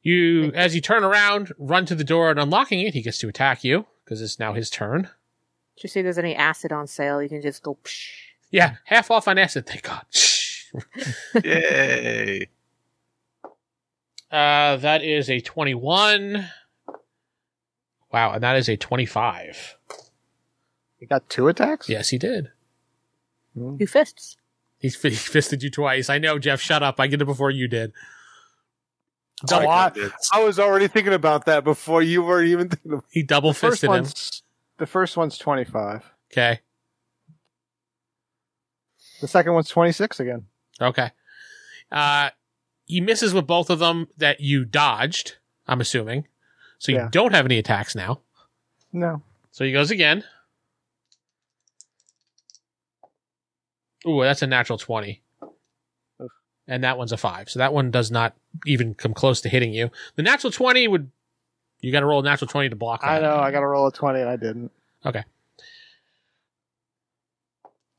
Speaker 2: You, as you turn around, run to the door, and unlocking it, he gets to attack you because it's now his turn.
Speaker 1: Just see if there's any acid on sale. You can just go. Psh.
Speaker 2: Yeah, half off on acid. Thank God.
Speaker 8: Yay.
Speaker 2: <laughs> Uh, that is a 21. Wow, and that is a 25.
Speaker 6: You got two attacks?
Speaker 2: Yes, he did.
Speaker 6: Hmm.
Speaker 1: Two fists.
Speaker 2: He fi- he fisted you twice. I know, Jeff. Shut up. I did it before you did.
Speaker 4: It's a lot. I was already thinking about that before you were even thinking about <laughs>
Speaker 2: He double
Speaker 6: The first
Speaker 2: fisted him.
Speaker 6: one's the first one's twenty five.
Speaker 2: Okay.
Speaker 6: The second one's twenty six again.
Speaker 2: Okay. Uh, he misses with both of them that you dodged. I'm assuming, so you
Speaker 6: Yeah.
Speaker 2: don't have any attacks now.
Speaker 6: No.
Speaker 2: So he goes again. Ooh, that's a natural twenty,
Speaker 6: Oof.
Speaker 2: and that one's a five. So that one does not even come close to hitting you. The natural twenty would. You got to roll a natural twenty to block.
Speaker 6: I
Speaker 2: that.
Speaker 6: know, I gotta roll a twenty and I didn't.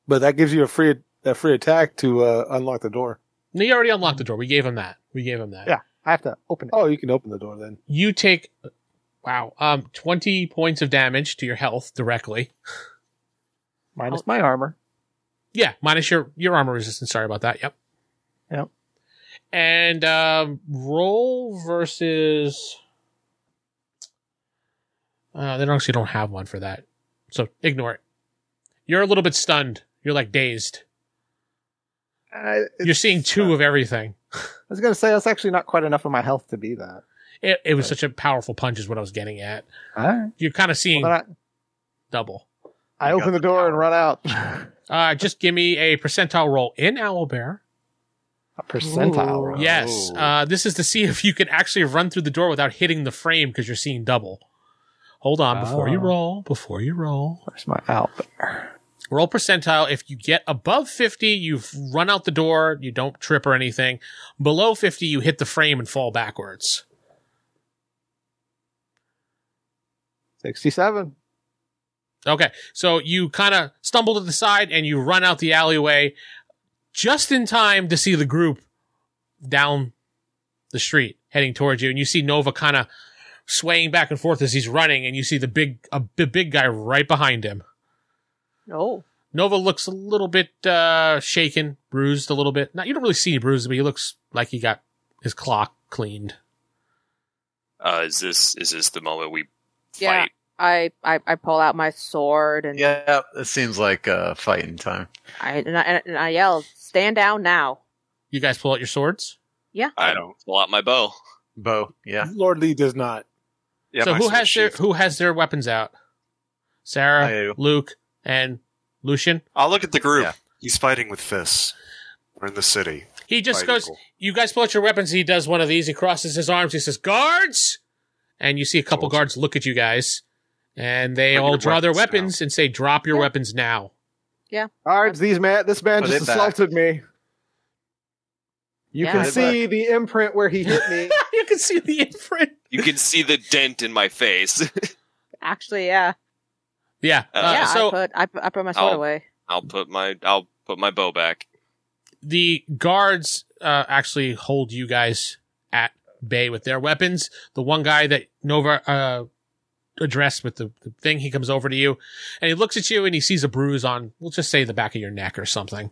Speaker 4: But that gives you a free a free attack to uh, unlock the door.
Speaker 2: No, He already unlocked the door. We gave him that. We gave him that.
Speaker 6: Yeah. I have to open it.
Speaker 4: Oh, you can open the door then.
Speaker 2: You take, wow, um, 20 points of damage to your health directly.
Speaker 6: Minus my armor.
Speaker 2: Yeah, minus your, your armor resistance. Sorry about that. Yep.
Speaker 6: Yep.
Speaker 2: And um, roll versus. Uh, they don't actually don't have one for that, so ignore it. You're a little bit stunned. You're like dazed.
Speaker 6: Uh, it's-
Speaker 2: You're seeing two of everything.
Speaker 6: I was gonna say that's actually not quite enough of my health to be that.
Speaker 2: It, it was such a powerful punch, is what I was getting at.
Speaker 6: All right.
Speaker 2: You're kind of seeing
Speaker 6: Well, then
Speaker 2: double.
Speaker 6: I, I
Speaker 8: You got
Speaker 6: open the
Speaker 8: the
Speaker 6: door
Speaker 8: power.
Speaker 6: and
Speaker 2: <laughs>
Speaker 6: run out.
Speaker 2: Uh, just give me a percentile roll in Owlbear.
Speaker 6: A percentile.
Speaker 4: Ooh.
Speaker 6: roll.
Speaker 2: Yes.
Speaker 3: Oh.
Speaker 2: Uh, this is to see if you can actually run through the door without hitting the frame because you're seeing double. Hold on before you
Speaker 6: Oh.
Speaker 2: roll. Before you roll,
Speaker 6: Where's my owlbear?
Speaker 2: roll percentile. If you get above 50, you've run out the door. You don't trip or anything. Below 50, you hit the frame and fall backwards.
Speaker 6: Sixty-seven.
Speaker 2: Okay. So you kind of stumble to the side and you run out the alleyway just in time to see the group down the street heading towards you. And you see Nova kind of swaying back and forth as he's running and you see the big, a b- big guy right behind him.
Speaker 1: No.
Speaker 2: Nova looks a little bit, uh, shaken, bruised a little bit. Not, you don't really see any bruises, but he looks like he got his clock cleaned.
Speaker 5: <laughs> Uh, is this is this the moment we
Speaker 1: Yeah.
Speaker 5: fight?
Speaker 1: I, I, I pull out my sword and
Speaker 8: Yeah, it seems like uh, fighting time.
Speaker 1: I and I, and I yell, "Stand down now!"
Speaker 2: You guys pull out your swords.
Speaker 5: I
Speaker 3: I don't.
Speaker 5: pull out my bow.
Speaker 8: Bo, yeah.
Speaker 4: Lord Lee does not.
Speaker 3: Yeah,
Speaker 2: so
Speaker 3: my
Speaker 2: who
Speaker 3: sword
Speaker 2: has their,
Speaker 3: sheath.
Speaker 2: who has their weapons out? Sarah,
Speaker 8: I do.
Speaker 2: Luke, and Lucian.
Speaker 3: I'll look at the group.
Speaker 8: Yeah.
Speaker 7: He's fighting with fists. We're in the city.
Speaker 2: He just
Speaker 7: Fight
Speaker 2: goes,
Speaker 7: equal.
Speaker 2: You guys pull out your weapons. He does one of these. He crosses his arms. He says, Guards! And you see a couple
Speaker 7: Awesome.
Speaker 2: guards look at you guys, and they
Speaker 7: Bring
Speaker 2: all
Speaker 7: your
Speaker 2: draw their
Speaker 7: weapons
Speaker 2: weapons and say, Drop your
Speaker 1: Yeah.
Speaker 2: weapons now.
Speaker 6: Ards, these man, this man
Speaker 8: Put
Speaker 6: just
Speaker 8: it back.
Speaker 6: assaulted me. You
Speaker 1: Yeah.
Speaker 6: can
Speaker 8: Put it
Speaker 6: see the imprint where he hit me.
Speaker 2: <laughs> you can see the imprint.
Speaker 5: You can see the dent in my face. <laughs>
Speaker 1: Actually, yeah,
Speaker 2: Yeah. Uh,
Speaker 1: yeah.
Speaker 2: so
Speaker 1: I put I, put- I put my sword
Speaker 5: I'll-
Speaker 1: away.
Speaker 5: I'll put my I'll put my bow back.
Speaker 2: the guards uh, actually hold you guys at bay with their weapons. The one guy that Nova uh, addressed with the, the thing, he comes over to you and he looks at you and he sees a bruise on, we'll just say the back of your neck or something.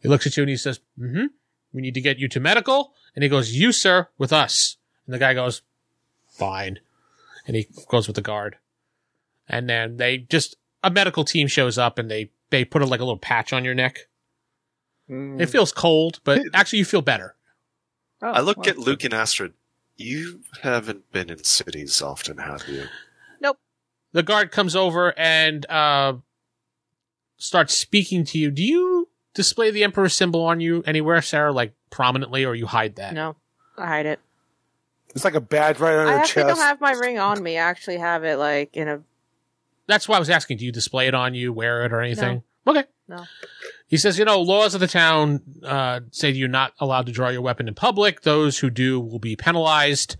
Speaker 2: He looks at you and he says, Mm hmm, we need to get you to medical. And he goes, You, sir, with us. And the guy goes, Fine. And he goes with the guard. And then they just, a medical team shows up and they, they put a, like a little patch on your neck. It feels cold, but actually you feel better.
Speaker 6: Oh,
Speaker 7: I look
Speaker 6: well,
Speaker 7: at Luke and Astrid. You haven't been in cities often, have you?
Speaker 2: The guard comes over and uh, starts speaking to you. Do you display the emperor symbol on you anywhere, Sarah, like prominently, or you hide that?
Speaker 1: No, I hide it.
Speaker 4: It's like a badge right on
Speaker 1: I
Speaker 4: her
Speaker 1: actually
Speaker 4: chest.
Speaker 1: don't have my ring on me. I actually have it like in a
Speaker 2: That's why I was asking. Do you display it on you, wear it, or anything? Okay.
Speaker 1: No.
Speaker 2: He says, you know, laws of the town uh, say you're not allowed to draw your weapon in public. Those who do will be penalized.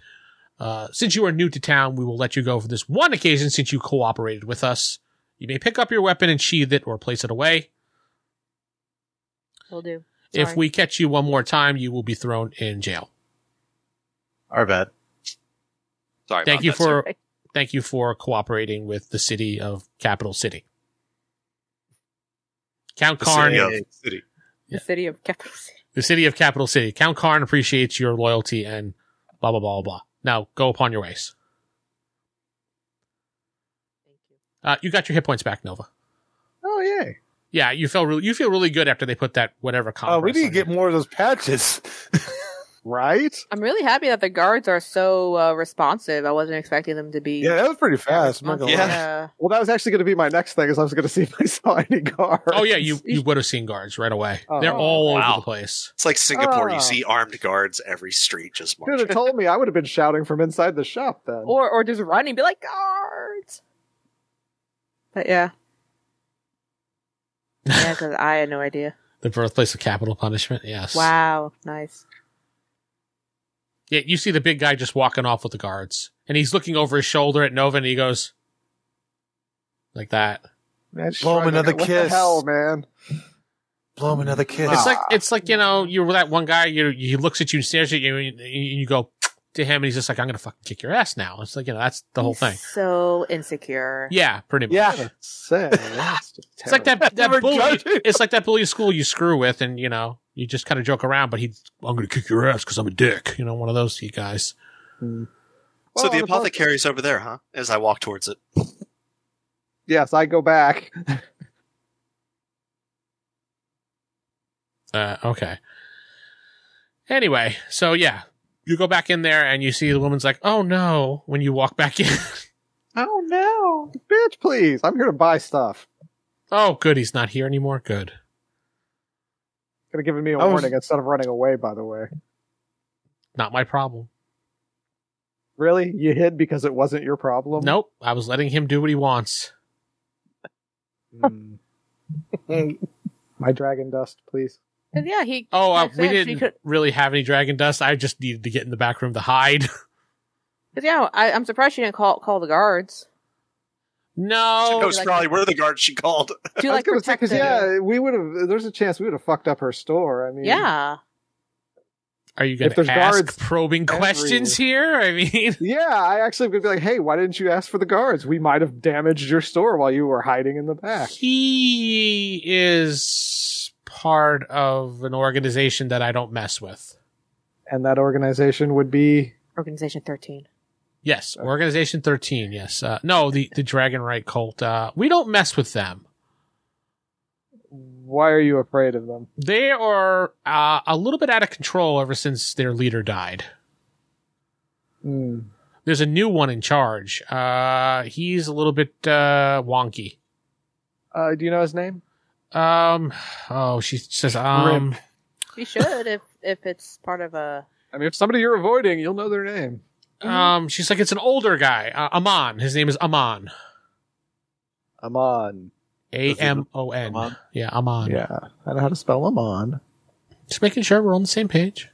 Speaker 2: Uh, since you are new to town, we will let you go for this one occasion since you cooperated with us. You may pick up your weapon and sheathe it or place it away.
Speaker 1: will do.
Speaker 2: If
Speaker 1: Sorry.
Speaker 2: we catch you one more time, you will be thrown in jail.
Speaker 8: Our bad.
Speaker 5: Sorry.
Speaker 2: Thank
Speaker 5: about
Speaker 2: you
Speaker 5: that,
Speaker 2: for
Speaker 1: sorry.
Speaker 2: thank you for cooperating with the city of Capital City. Count
Speaker 3: The
Speaker 2: Karn,
Speaker 3: city
Speaker 2: the
Speaker 3: of- city.
Speaker 2: Yeah.
Speaker 1: The city of <laughs> capital city.
Speaker 2: city of Capital City. Count Karn appreciates your loyalty and blah blah blah blah. Now go upon your ways.
Speaker 1: Thank you.
Speaker 2: Uh, you got your hit points back, Nova.
Speaker 6: Oh yay!
Speaker 2: Yeah, you felt really you feel really good after they put that whatever.
Speaker 4: Oh, we
Speaker 2: compress
Speaker 4: need to
Speaker 2: on
Speaker 4: get
Speaker 2: you.
Speaker 4: more of those patches. <laughs>
Speaker 6: Right?
Speaker 1: I'm really happy that the guards are so uh, responsive. I wasn't expecting them to be.
Speaker 4: yeah, that was pretty
Speaker 1: that
Speaker 4: fast. I'm not gonna
Speaker 1: responsive.
Speaker 4: lie.
Speaker 1: Yeah.
Speaker 6: Well, that was actually going to be my next thing. Is I was going to see if I saw <laughs> any guards.
Speaker 2: Oh yeah, you you would have seen guards right away.
Speaker 6: Oh,
Speaker 2: They're all
Speaker 3: wow.
Speaker 2: over the place.
Speaker 3: It's like Singapore.
Speaker 6: Ah.
Speaker 3: You see armed guards every street just
Speaker 6: Should
Speaker 3: marching.
Speaker 6: have told me. I would have been shouting from inside the shop then.
Speaker 1: Or or just running, be like guards.
Speaker 2: <laughs>
Speaker 1: But yeah. yeah, because I had no idea.
Speaker 2: The birthplace of capital punishment. Yes.
Speaker 1: Wow, nice.
Speaker 2: Yeah, you see the big guy just walking off with the guards, and he's looking over his shoulder at Nova, and he goes like that.
Speaker 6: Man,
Speaker 4: Blow him
Speaker 6: shrug,
Speaker 4: another
Speaker 6: what the
Speaker 4: kiss.
Speaker 6: hell, man?
Speaker 8: blow him another kiss.
Speaker 2: It's like it's like you know you're that one guy. You he looks at you and stares at you, and you, you go to him, and he's just like, "I'm gonna fucking kick your ass now." It's like you know that's the whole
Speaker 1: He's
Speaker 2: thing.
Speaker 1: So insecure.
Speaker 2: Yeah, pretty much.
Speaker 6: Yeah. Say, that's just
Speaker 2: It's like that,
Speaker 6: Never
Speaker 2: that bully.
Speaker 6: judge him.
Speaker 2: It's like that bully in school you screw with, and you know you just kind of joke around. But he, I'm going to kick your ass because I'm a dick. You know, one of those guys.
Speaker 3: so
Speaker 6: Well,
Speaker 3: Oh, the
Speaker 6: on plus-
Speaker 3: apothecary's over there, huh? As I walk towards it.
Speaker 6: Yes, I go back.
Speaker 2: Uh, okay. Anyway, so yeah, you go back in there and you see the woman's like, "Oh no!" When you walk back in, <laughs>
Speaker 6: Oh no, bitch! Please, I'm here to buy stuff.
Speaker 2: oh good, he's not here anymore. Good.
Speaker 6: Could have given me a
Speaker 4: I was-
Speaker 6: warning instead of running away. By the way,
Speaker 2: Not my problem.
Speaker 6: really, you hid because it wasn't your problem.
Speaker 2: Nope, I was letting him do what he wants.
Speaker 6: Mm. My dragon dust, please.
Speaker 1: 'Cause, yeah, he.
Speaker 2: Oh, uh,
Speaker 1: That's
Speaker 2: we
Speaker 1: it, she
Speaker 2: didn't
Speaker 1: could-
Speaker 2: really have any dragon dust. I just needed to get in the back room to hide. <laughs>
Speaker 1: 'cause, yeah, I, I'm surprised she didn't call call the guards.
Speaker 2: no,
Speaker 3: no, it's
Speaker 1: Oh, like-
Speaker 3: probably we're the guards she called. <laughs>
Speaker 1: Do
Speaker 6: I was
Speaker 1: like
Speaker 6: gonna say
Speaker 1: protect
Speaker 6: because
Speaker 1: them.
Speaker 6: yeah, we would have. There's a chance we would have fucked up her store. I mean,
Speaker 1: Yeah.
Speaker 2: Are you going
Speaker 6: If there's
Speaker 2: to ask
Speaker 6: guards
Speaker 2: probing questions here? I mean, <laughs>
Speaker 6: yeah. I actually would be like, hey, why didn't you ask for the guards? We might have damaged your store while you were hiding in the back.
Speaker 2: he is part of an organization that I don't mess with.
Speaker 6: And that organization would be
Speaker 1: Organization 13.
Speaker 2: Yes, Organization 13. Yes. Uh, no, the, the Dragon Right cult. Uh, we don't mess with them.
Speaker 6: why are you afraid of them?
Speaker 2: They are uh, a little bit out of control ever since their leader died.
Speaker 6: Hmm.
Speaker 2: There's a new one in charge. Uh, he's a little bit uh, wonky.
Speaker 6: Uh, do you know his name?
Speaker 2: Um, oh, she says, um,
Speaker 1: You should if if it's part of a.
Speaker 6: I mean, if somebody you're avoiding, you'll know their name.
Speaker 2: um, she's like, it's an older guy. Uh, Aman. His name is Aman.
Speaker 6: I'm on.
Speaker 2: A M O N.
Speaker 8: Amon?
Speaker 2: Yeah, Amon.
Speaker 6: Yeah, I know how to spell them <laughs> on.
Speaker 2: Just making sure we're on the same page.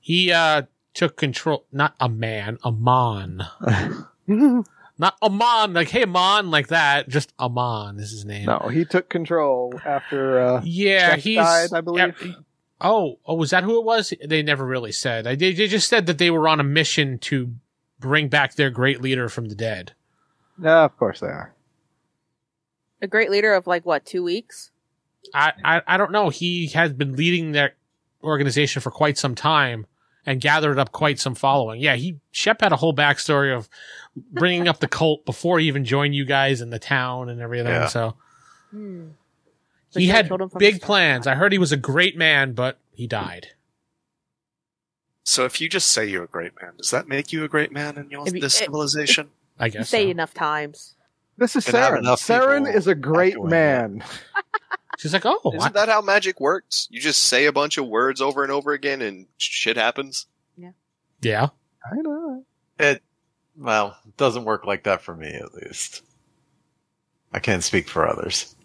Speaker 2: He uh took control not a man, Amon. Not Amon, like hey Amon, like that. Just Amon is his name.
Speaker 6: No, Oh, he took control after. Uh,
Speaker 2: Yeah,
Speaker 6: Jeff
Speaker 2: he's
Speaker 6: died, I believe.
Speaker 2: yeah, oh, oh, was that who it was? They never really said. I- They, they just said that they were on a mission to bring back their great leader from the dead.
Speaker 6: no, of course they are.
Speaker 1: A great leader of like what two weeks?
Speaker 2: I, I, I don't know. He has been leading that organization for quite some time and gathered up quite some following. Yeah, he Shep had a whole backstory of bringing up the cult before he even joined you guys in the town and everything.
Speaker 8: Yeah.
Speaker 2: So
Speaker 1: Hmm. So
Speaker 2: he
Speaker 1: she
Speaker 2: had
Speaker 1: killed him from the
Speaker 2: big
Speaker 1: start.
Speaker 2: plans. I heard he was a great man, but he died.
Speaker 3: So if you just say you're a great man, does that make you a great man in your,
Speaker 1: If you-
Speaker 3: this
Speaker 1: it-
Speaker 3: civilization?
Speaker 2: I
Speaker 1: You
Speaker 2: guess.
Speaker 1: say
Speaker 2: so.
Speaker 1: enough times.
Speaker 6: This is
Speaker 3: Gonna have
Speaker 6: Saren.
Speaker 3: enough
Speaker 6: Saren
Speaker 3: people
Speaker 6: is a great
Speaker 3: echoing
Speaker 6: man.
Speaker 2: She's like, oh, I-
Speaker 5: Isn't that how magic works? You just say a bunch of words over and over again, and shit happens.
Speaker 2: yeah.
Speaker 6: I know.
Speaker 8: It well it doesn't work like that for me at least. I can't speak for others.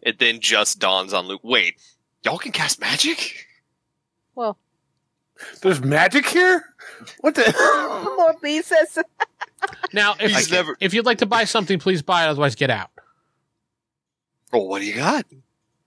Speaker 5: It then just dawns on Luke. Wait, y'all can cast magic?
Speaker 1: <laughs> Well,
Speaker 4: There's magic here? What
Speaker 6: <laughs>
Speaker 4: the?
Speaker 1: well, he says
Speaker 2: Now, if,
Speaker 5: He's never-
Speaker 2: if you'd like to buy something, please buy it. Otherwise, get out.
Speaker 5: Well, what do you got?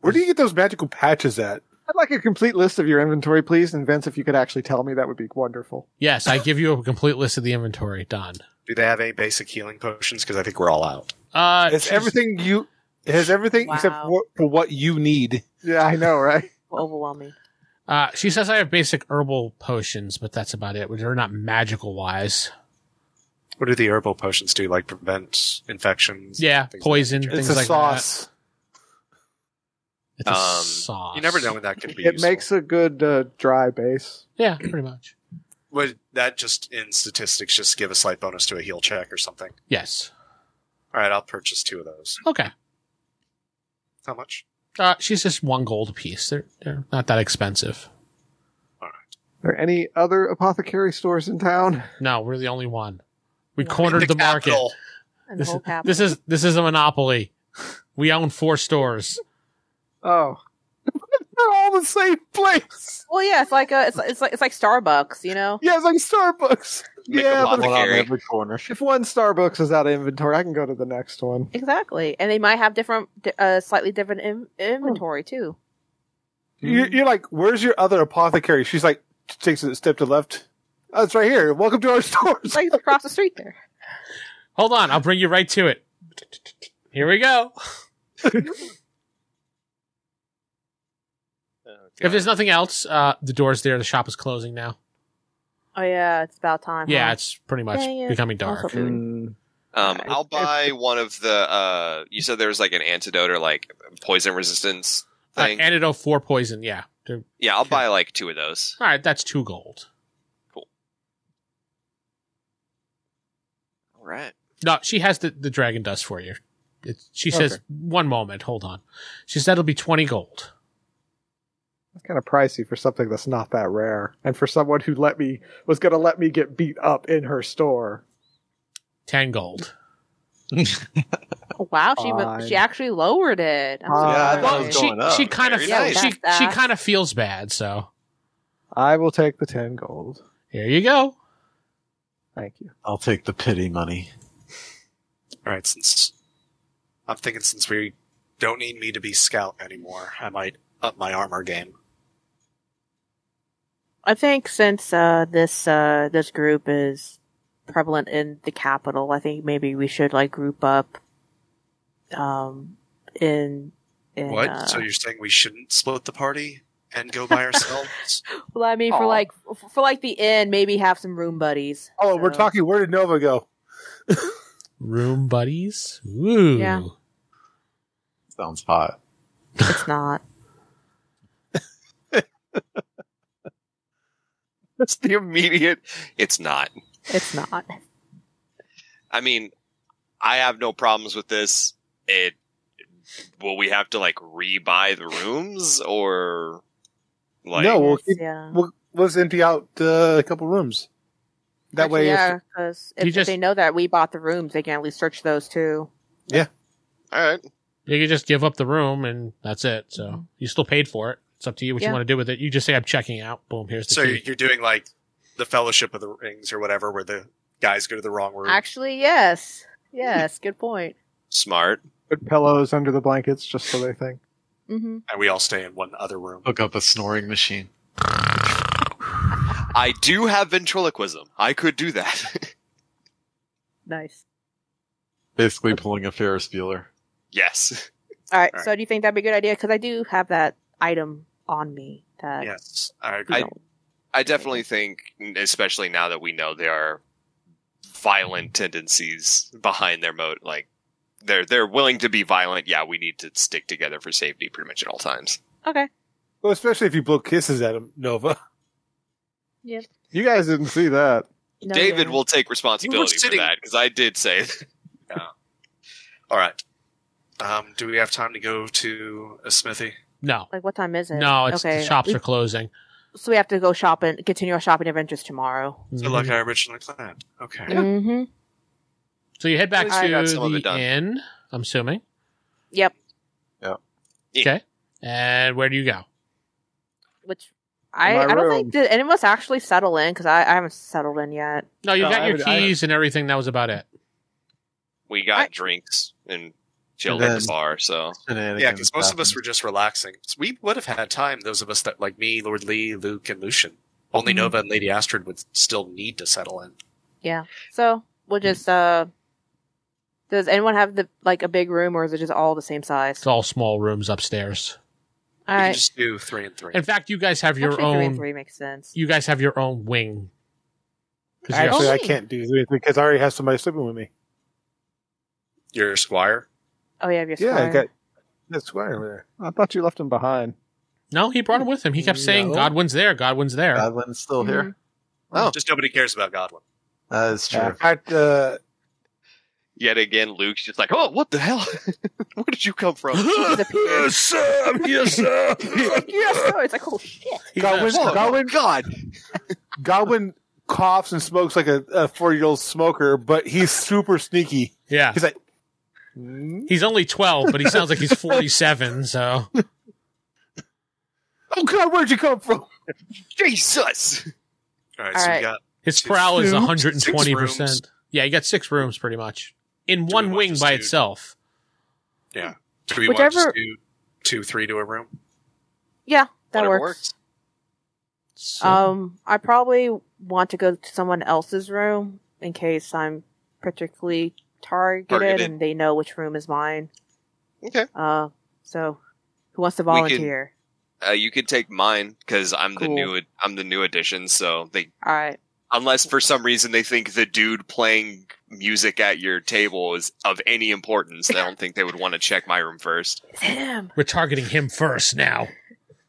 Speaker 4: Where do you get those magical patches at?
Speaker 6: I'd like a complete list of your inventory, please. And Vince, if you could actually tell me, that would be wonderful.
Speaker 2: Yes, I give you a complete list of the inventory. Done.
Speaker 3: Do they have any basic healing potions? Because I think we're all out.
Speaker 2: Uh,
Speaker 4: It's
Speaker 2: she's-
Speaker 4: everything you. It has everything
Speaker 1: Wow.
Speaker 4: except for, for what you need.
Speaker 6: Yeah, I know, <laughs> right?
Speaker 1: overwhelming.
Speaker 2: Uh, she says I have basic herbal potions, but that's about it. They're not magical wise.
Speaker 3: What do the herbal potions do? Like prevent infections?
Speaker 2: Yeah,
Speaker 3: Things
Speaker 2: poison,
Speaker 3: like that.
Speaker 2: things
Speaker 4: it's a
Speaker 2: like
Speaker 4: sauce.
Speaker 2: that. It's a
Speaker 5: Um,
Speaker 2: sauce.
Speaker 3: You never know when that could be.
Speaker 6: it
Speaker 3: useful.
Speaker 6: makes a good uh, dry base.
Speaker 2: Yeah, pretty much.
Speaker 3: Would that just in statistics just give a slight bonus to a heal check or something?
Speaker 2: Yes.
Speaker 3: All right, I'll purchase two of those.
Speaker 2: Okay.
Speaker 3: How much?
Speaker 2: Uh, she's just one gold piece. They're they're not that expensive.
Speaker 6: Are there any other apothecary stores in town?
Speaker 2: No, we're the only one. We
Speaker 1: Yeah.
Speaker 2: cornered the, market.
Speaker 3: capital.
Speaker 1: And
Speaker 2: This
Speaker 1: the
Speaker 2: is,
Speaker 1: whole capital.
Speaker 2: this is this is a monopoly. We own four stores.
Speaker 6: Oh. <laughs>
Speaker 4: They're all the same place.
Speaker 1: Well, yeah, it's like a, it's, it's like it's like Starbucks, you know.
Speaker 4: Yeah, it's like Starbucks.
Speaker 5: Make a
Speaker 6: Yeah, but-
Speaker 8: One on
Speaker 5: apothecary.
Speaker 8: every corner.
Speaker 6: If one Starbucks is out of inventory, I can go to the next one.
Speaker 1: Exactly, and they might have different, di- uh, slightly different in- inventory too.
Speaker 4: You're,
Speaker 6: Mm-hmm.
Speaker 4: you're like, where's your other apothecary? She's like, takes a step to left. Oh, it's right here. Welcome to our <laughs> store.
Speaker 1: It's like across the street there.
Speaker 2: Hold on, I'll bring you right to it. Here we go. If there's nothing else, uh, the door's there. The shop is closing now.
Speaker 1: Oh yeah, it's about time.
Speaker 2: Yeah,
Speaker 1: huh?
Speaker 2: it's pretty much
Speaker 1: Dang it.
Speaker 2: becoming
Speaker 1: Also
Speaker 6: Mm,
Speaker 2: dark.
Speaker 1: food.
Speaker 5: Um, I'll buy one of the. Uh, you said there was like an antidote or like poison resistance
Speaker 2: Uh,
Speaker 5: thing.
Speaker 2: antidote for poison. Yeah. They're-
Speaker 5: yeah, I'll buy like two of those.
Speaker 2: all right, that's two gold.
Speaker 5: All right.
Speaker 2: No, she has the, the dragon dust for you. It's, she says,
Speaker 6: Okay.
Speaker 2: "One moment, hold on." She says that'll be twenty gold.
Speaker 6: That's kind of pricey for something that's not that rare, and for someone who let me was going to let me get beat up in her store.
Speaker 2: Ten gold.
Speaker 1: Oh, wow, she
Speaker 6: Fine.
Speaker 1: was, she actually lowered it. I'm
Speaker 6: Fine.
Speaker 8: Yeah, I
Speaker 1: sorry.
Speaker 8: thought it was
Speaker 2: She
Speaker 8: going up.
Speaker 2: she kind of
Speaker 5: Very
Speaker 1: nice.
Speaker 2: she
Speaker 1: Yeah,
Speaker 2: she
Speaker 1: that's-
Speaker 2: kind of feels bad. So
Speaker 6: I will take the ten gold.
Speaker 2: here you go.
Speaker 6: Thank you.
Speaker 8: I'll take the pity money.
Speaker 3: All right, since I'm thinking since we don't need me to be scout anymore, I might up my armor game.
Speaker 1: I think since uh, this uh, this group is prevalent in the capital, I think maybe we should like group up. Um, in in
Speaker 3: what?
Speaker 1: uh,
Speaker 3: so you're saying we shouldn't split the party and go by ourselves?
Speaker 1: well, I mean for
Speaker 3: Aw.
Speaker 1: like for, for like the end, maybe have some room buddies.
Speaker 4: Oh, we're
Speaker 1: So-
Speaker 4: talking. Where did Nova go?
Speaker 2: Room buddies. Ooh.
Speaker 1: Yeah.
Speaker 8: Sounds hot.
Speaker 1: It's not.
Speaker 5: <laughs> That's the immediate. It's not.
Speaker 1: It's not.
Speaker 5: I mean, I have no problems with this. It will we have to like rebuy the rooms or like
Speaker 4: No, we'll
Speaker 1: Yes,
Speaker 4: keep-
Speaker 1: yeah.
Speaker 4: We'll, let's empty out uh, a couple rooms. That way,
Speaker 1: Actually,
Speaker 4: if-
Speaker 1: yeah, because if,
Speaker 2: You
Speaker 1: if
Speaker 2: just-
Speaker 1: they know that we bought the rooms, they can at least search those too.
Speaker 5: all right.
Speaker 2: You could just give up the room and that's it. So you still paid for it. It's up to you what you
Speaker 1: Yeah.
Speaker 2: want to do with it. You just say I'm checking out. Boom. Here's the
Speaker 3: so
Speaker 2: key.
Speaker 3: you're doing like the Fellowship of the Rings or whatever, where the guys go to the wrong room.
Speaker 1: Actually, yes, yes, good point.
Speaker 5: Smart.
Speaker 6: Put pillows under the blankets just so they think.
Speaker 1: Mm-hmm.
Speaker 3: and we all stay in one other room.
Speaker 8: Hook up a snoring machine.
Speaker 5: I do have ventriloquism. I could do that. <laughs>
Speaker 1: Nice.
Speaker 8: Basically pulling a Ferris Bueller.
Speaker 5: yes.
Speaker 1: All right,
Speaker 3: All
Speaker 1: So do you think that'd be a good idea? Because I do have that item on me. That
Speaker 3: Yes, I agree.
Speaker 1: you
Speaker 5: I-
Speaker 1: know,
Speaker 5: I definitely think, especially now that we know there are violent tendencies behind their moat, like they're they're willing to be violent. Yeah, we need to stick together for safety pretty much at all times.
Speaker 1: Okay.
Speaker 4: well, especially if you blow kisses at him, Nova.
Speaker 6: <laughs> You guys didn't see that.
Speaker 1: No,
Speaker 5: David
Speaker 1: yeah.
Speaker 5: will take responsibility for
Speaker 3: sitting-
Speaker 5: that because I did say
Speaker 3: All right. Um, do we have time to go to a smithy?
Speaker 2: no.
Speaker 1: Like, what time is it?
Speaker 2: No, it's the shops
Speaker 1: We-
Speaker 2: are closing.
Speaker 1: so we have to go shopping, continue our shopping adventures tomorrow.
Speaker 3: So
Speaker 2: Mm-hmm.
Speaker 3: like I originally planned. Okay.
Speaker 1: Mm-hmm.
Speaker 2: So you head back
Speaker 5: I
Speaker 2: to
Speaker 5: got some of it
Speaker 2: the
Speaker 5: done.
Speaker 2: inn, I'm assuming.
Speaker 1: Yep.
Speaker 2: Okay. And where do you go?
Speaker 1: Which I,
Speaker 6: My
Speaker 1: I don't
Speaker 6: room.
Speaker 1: think did any of us actually settle in because I, I haven't settled in yet.
Speaker 2: No, you
Speaker 6: No,
Speaker 2: got
Speaker 6: I
Speaker 2: your
Speaker 6: would- I-
Speaker 2: keys and everything. That was about it.
Speaker 5: we got
Speaker 1: I-
Speaker 5: drinks and chilled
Speaker 8: And
Speaker 5: at the
Speaker 8: then-
Speaker 5: bar. So
Speaker 3: Yeah, because most of us were just relaxing. So we would have had time. Those of us that, like me, Lord Lee, Luke, and Lucian. Only
Speaker 1: Mhm.
Speaker 3: Nova and Lady Astrid would still need to settle in.
Speaker 1: So we'll just. uh Does anyone have the like a big room, or is it just all the same size?
Speaker 2: It's all small rooms upstairs.
Speaker 3: we
Speaker 1: all right.
Speaker 3: can just do three and three.
Speaker 2: In fact, you guys have your
Speaker 1: Actually, three and
Speaker 2: own.
Speaker 1: three makes sense.
Speaker 2: You guys have your own wing. 'Cause you
Speaker 4: Actually,
Speaker 2: have-
Speaker 4: I can't do this because I already have somebody sleeping with me.
Speaker 3: Your squire.
Speaker 1: Oh yeah, your
Speaker 4: Yeah, I
Speaker 1: squire.
Speaker 4: got that squire over there.
Speaker 6: I thought you left him behind.
Speaker 2: no, he brought him with him. He kept saying,
Speaker 8: No.
Speaker 2: "Godwin's there. Godwin's there."
Speaker 8: Godwin's still
Speaker 1: Mhm.
Speaker 8: here. Oh,
Speaker 3: Just nobody cares about Godwin.
Speaker 8: that is true.
Speaker 4: In fact, uh,
Speaker 5: yet again, Luke's just like, "Oh, what the hell? <laughs> Where did you come
Speaker 2: <laughs>
Speaker 5: from?"
Speaker 1: Disappeared.
Speaker 3: sir. Yes, sir.
Speaker 1: <laughs> yes, sir. It's like, oh shit.
Speaker 2: He's
Speaker 4: Godwin,
Speaker 2: a-
Speaker 4: Godwin,
Speaker 3: God.
Speaker 4: Godwin coughs and smokes like a, a forty-year-old smoker, but he's super sneaky.
Speaker 2: yeah,
Speaker 4: He's like,
Speaker 8: Mm.
Speaker 2: he's only twelve, but he sounds like he's forty-seven. So
Speaker 6: Oh God, where'd you come <laughs> from?
Speaker 5: Jesus.
Speaker 7: All right,
Speaker 1: All
Speaker 7: so
Speaker 1: right.
Speaker 7: we got
Speaker 2: His prowl is
Speaker 6: Two.
Speaker 2: 120%.
Speaker 7: Six
Speaker 2: Yeah, you got six rooms pretty much in
Speaker 7: Do
Speaker 2: one
Speaker 7: we want
Speaker 2: wing
Speaker 7: this
Speaker 2: by
Speaker 7: dude?
Speaker 2: itself.
Speaker 7: do we
Speaker 1: Whichever-
Speaker 7: want to do two, three to a room?
Speaker 1: Yeah, that
Speaker 5: Whatever
Speaker 1: works.
Speaker 2: So,
Speaker 1: Um, I probably want to go to someone else's room in case I'm particularly targeted,
Speaker 5: Targeted.
Speaker 1: and they know which room is mine.
Speaker 5: Okay.
Speaker 1: Uh, so who wants to
Speaker 5: We can-
Speaker 1: volunteer?
Speaker 5: Uh, you could take mine because I'm the
Speaker 1: Cool.
Speaker 5: new I'm the new addition. So they
Speaker 1: All right.
Speaker 5: unless for some reason they think the dude playing music at your table is of any importance, I don't think they would want to check my room first.
Speaker 1: It's him.
Speaker 2: we're targeting him first now.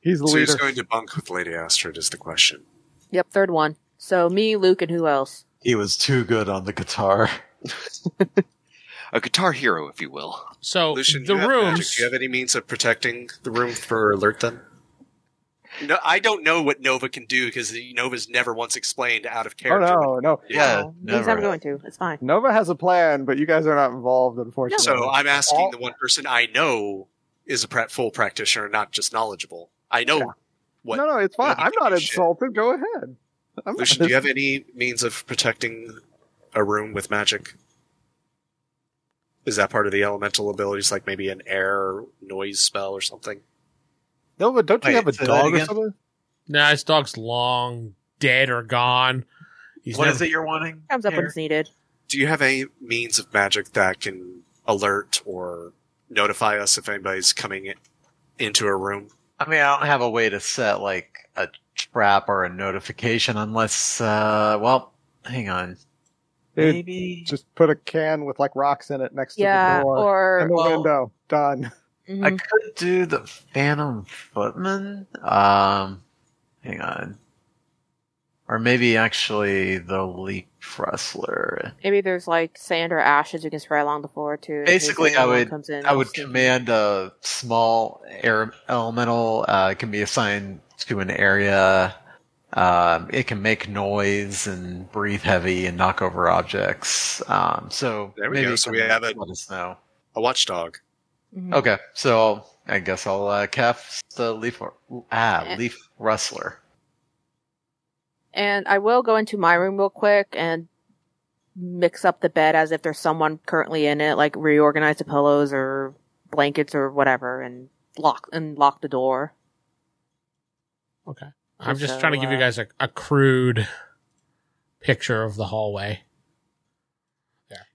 Speaker 6: He's the
Speaker 7: So who's
Speaker 6: leader.
Speaker 7: going to bunk with Lady Astrid is the question.
Speaker 1: Yep, third one. So me, Luke, and who else?
Speaker 8: He was too good on the guitar.
Speaker 5: A guitar hero, if you will.
Speaker 2: So
Speaker 7: Lucian,
Speaker 2: Oh, the
Speaker 7: you have magic.
Speaker 2: rooms.
Speaker 7: Do you have any means of protecting the room for alert them? No, I don't know what Nova can do because Nova's never once explained out of
Speaker 6: Oh
Speaker 7: character.
Speaker 6: no, no.
Speaker 8: Yeah,
Speaker 1: Oh, these
Speaker 8: never.
Speaker 1: I'm going to. It's fine.
Speaker 6: Nova has a plan, but you guys are not involved, unfortunately.
Speaker 7: So I'm asking
Speaker 6: All-
Speaker 7: the one person I know is a pra- full practitioner, not just knowledgeable. I know. What?
Speaker 6: No, no, it's fine.
Speaker 7: Nobody
Speaker 6: I'm not
Speaker 7: gives a shit.
Speaker 6: insulted. Go ahead. I'm not-
Speaker 7: Lucian, do you have any means of protecting a room with magic? Is that part of the elemental abilities, like maybe an air noise spell or something?
Speaker 6: Nova, don't you
Speaker 8: Wait,
Speaker 6: have a
Speaker 8: say that
Speaker 6: dog or
Speaker 8: again?
Speaker 6: something?
Speaker 2: Nah, his dog's long dead or gone. He's
Speaker 8: What
Speaker 2: never-
Speaker 8: is it you're wanting?
Speaker 1: Comes up when
Speaker 8: Here.
Speaker 1: it's needed.
Speaker 7: Do you have any means of magic that can alert or notify us if anybody's coming in, into a room?
Speaker 8: I mean, I don't have a way to set like a trap or a notification unless, uh, well, hang on.
Speaker 6: Dude,
Speaker 8: Maybe.
Speaker 6: Just put a can with like rocks in it next
Speaker 1: Yeah,
Speaker 6: to the door
Speaker 1: or
Speaker 6: and the
Speaker 8: well-
Speaker 6: window.
Speaker 1: <laughs>
Speaker 6: Done.
Speaker 1: mhm.
Speaker 8: I could do the Phantom Footman. Um, hang on. Or maybe actually the Leap Wrestler.
Speaker 1: maybe there's like sand or ashes you can spray along the floor too. in case
Speaker 8: Basically, I
Speaker 1: anyone
Speaker 8: would-
Speaker 1: Comes in
Speaker 8: I would
Speaker 1: sneaky.
Speaker 8: command a small air elemental. Uh, it can be assigned to an area. Um, it can make noise and breathe heavy and knock over objects. Um, so
Speaker 7: There we
Speaker 8: maybe
Speaker 7: go.
Speaker 8: it
Speaker 7: So
Speaker 8: can
Speaker 7: we have a-
Speaker 8: let us know.
Speaker 7: A watchdog.
Speaker 1: Mhm.
Speaker 8: Okay, so I'll, I guess I'll uh, cast the leaf ah
Speaker 1: Eh.
Speaker 8: leaf rustler.
Speaker 1: And I will go into my room real quick and mix up the bed as if there's someone currently in it, like reorganize the pillows or blankets or whatever, and lock and lock the door.
Speaker 2: Okay. I'm just
Speaker 1: So,
Speaker 2: trying to give you
Speaker 1: uh,
Speaker 2: guys a, a crude picture of the hallway.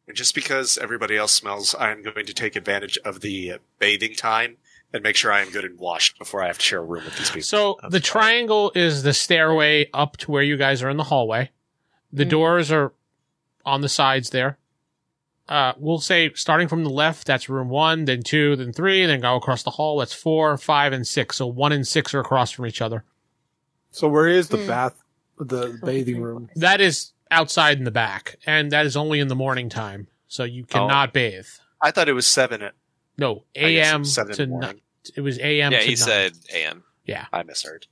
Speaker 7: And just because everybody else smells, I'm going to take advantage of the bathing time and make sure I am good and washed before I have to share a room with these people.
Speaker 2: So
Speaker 8: That's
Speaker 2: the
Speaker 8: fine.
Speaker 2: triangle is the stairway up to where you guys are in the hallway. The
Speaker 7: Hmm.
Speaker 1: Mhm.
Speaker 2: doors are on the sides there. Uh, we'll say starting from the left, that's room one, then two, then three, then go across the hall. That's four, five, and six. So one and six are across from each other.
Speaker 4: So where is the
Speaker 1: Mm.
Speaker 4: bath, the bathing room?
Speaker 2: That is outside in the back, and that is only in the morning time. So
Speaker 7: Oh.
Speaker 2: you cannot bathe.
Speaker 7: I thought it was seven at
Speaker 2: No,
Speaker 7: I guess
Speaker 2: a.m.
Speaker 7: it's seven
Speaker 2: to
Speaker 7: in the
Speaker 2: night.
Speaker 7: morning.
Speaker 2: It was a.m.
Speaker 5: yeah,
Speaker 2: to
Speaker 5: he
Speaker 2: night.
Speaker 5: said AM.
Speaker 7: I misheard.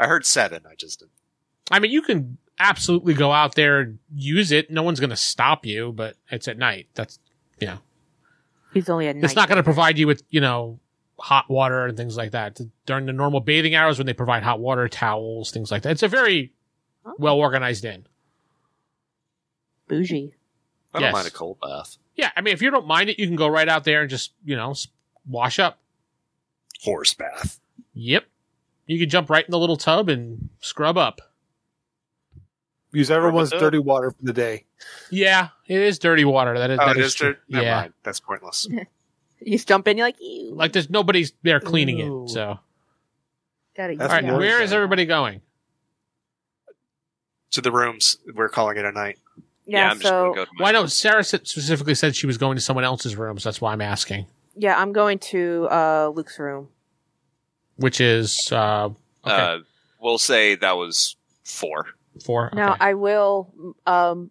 Speaker 7: I heard seven. I just did.
Speaker 2: I mean, you can absolutely go out there and use it. No one's going to stop you, but it's at night. That's
Speaker 1: He's only a night.
Speaker 2: it's not going to provide you with you know hot water and things like that during the normal bathing hours when they provide hot water, towels, things like that. It's a very
Speaker 1: Oh,
Speaker 2: well organized inn.
Speaker 1: bougie.
Speaker 7: I don't
Speaker 2: Yes.
Speaker 7: mind a cold bath.
Speaker 2: Yeah, I mean, if you don't mind it, you can go right out there and just you know s- wash up.
Speaker 7: Horse bath.
Speaker 2: Yep, you can jump right in the little tub and scrub up.
Speaker 4: Use everyone's
Speaker 7: Rub it up.
Speaker 4: dirty water for the day.
Speaker 2: Yeah, it is dirty water. That is.
Speaker 7: Oh,
Speaker 2: that
Speaker 7: it
Speaker 2: is
Speaker 7: is
Speaker 2: true.
Speaker 7: dirt? Never
Speaker 2: yeah,
Speaker 7: mind. That's pointless.
Speaker 1: You just jump in, you're like, ew.
Speaker 2: like there's nobody's there cleaning
Speaker 4: Ew.
Speaker 2: it. So,
Speaker 1: gotta use
Speaker 4: That's
Speaker 2: all right,
Speaker 1: that.
Speaker 4: gross.
Speaker 2: where is everybody going?
Speaker 7: To the rooms. We're calling it a night.
Speaker 1: Yeah,
Speaker 5: I'm just
Speaker 1: so
Speaker 5: gonna go to my-
Speaker 2: Well, I know Sarah s- specifically said she was going to someone else's room, so that's why I'm asking.
Speaker 1: yeah, I'm going to uh, Luke's room.
Speaker 2: Which is uh, okay,
Speaker 5: uh, we'll say that was four.
Speaker 2: four. Okay.
Speaker 1: Now I will. Um,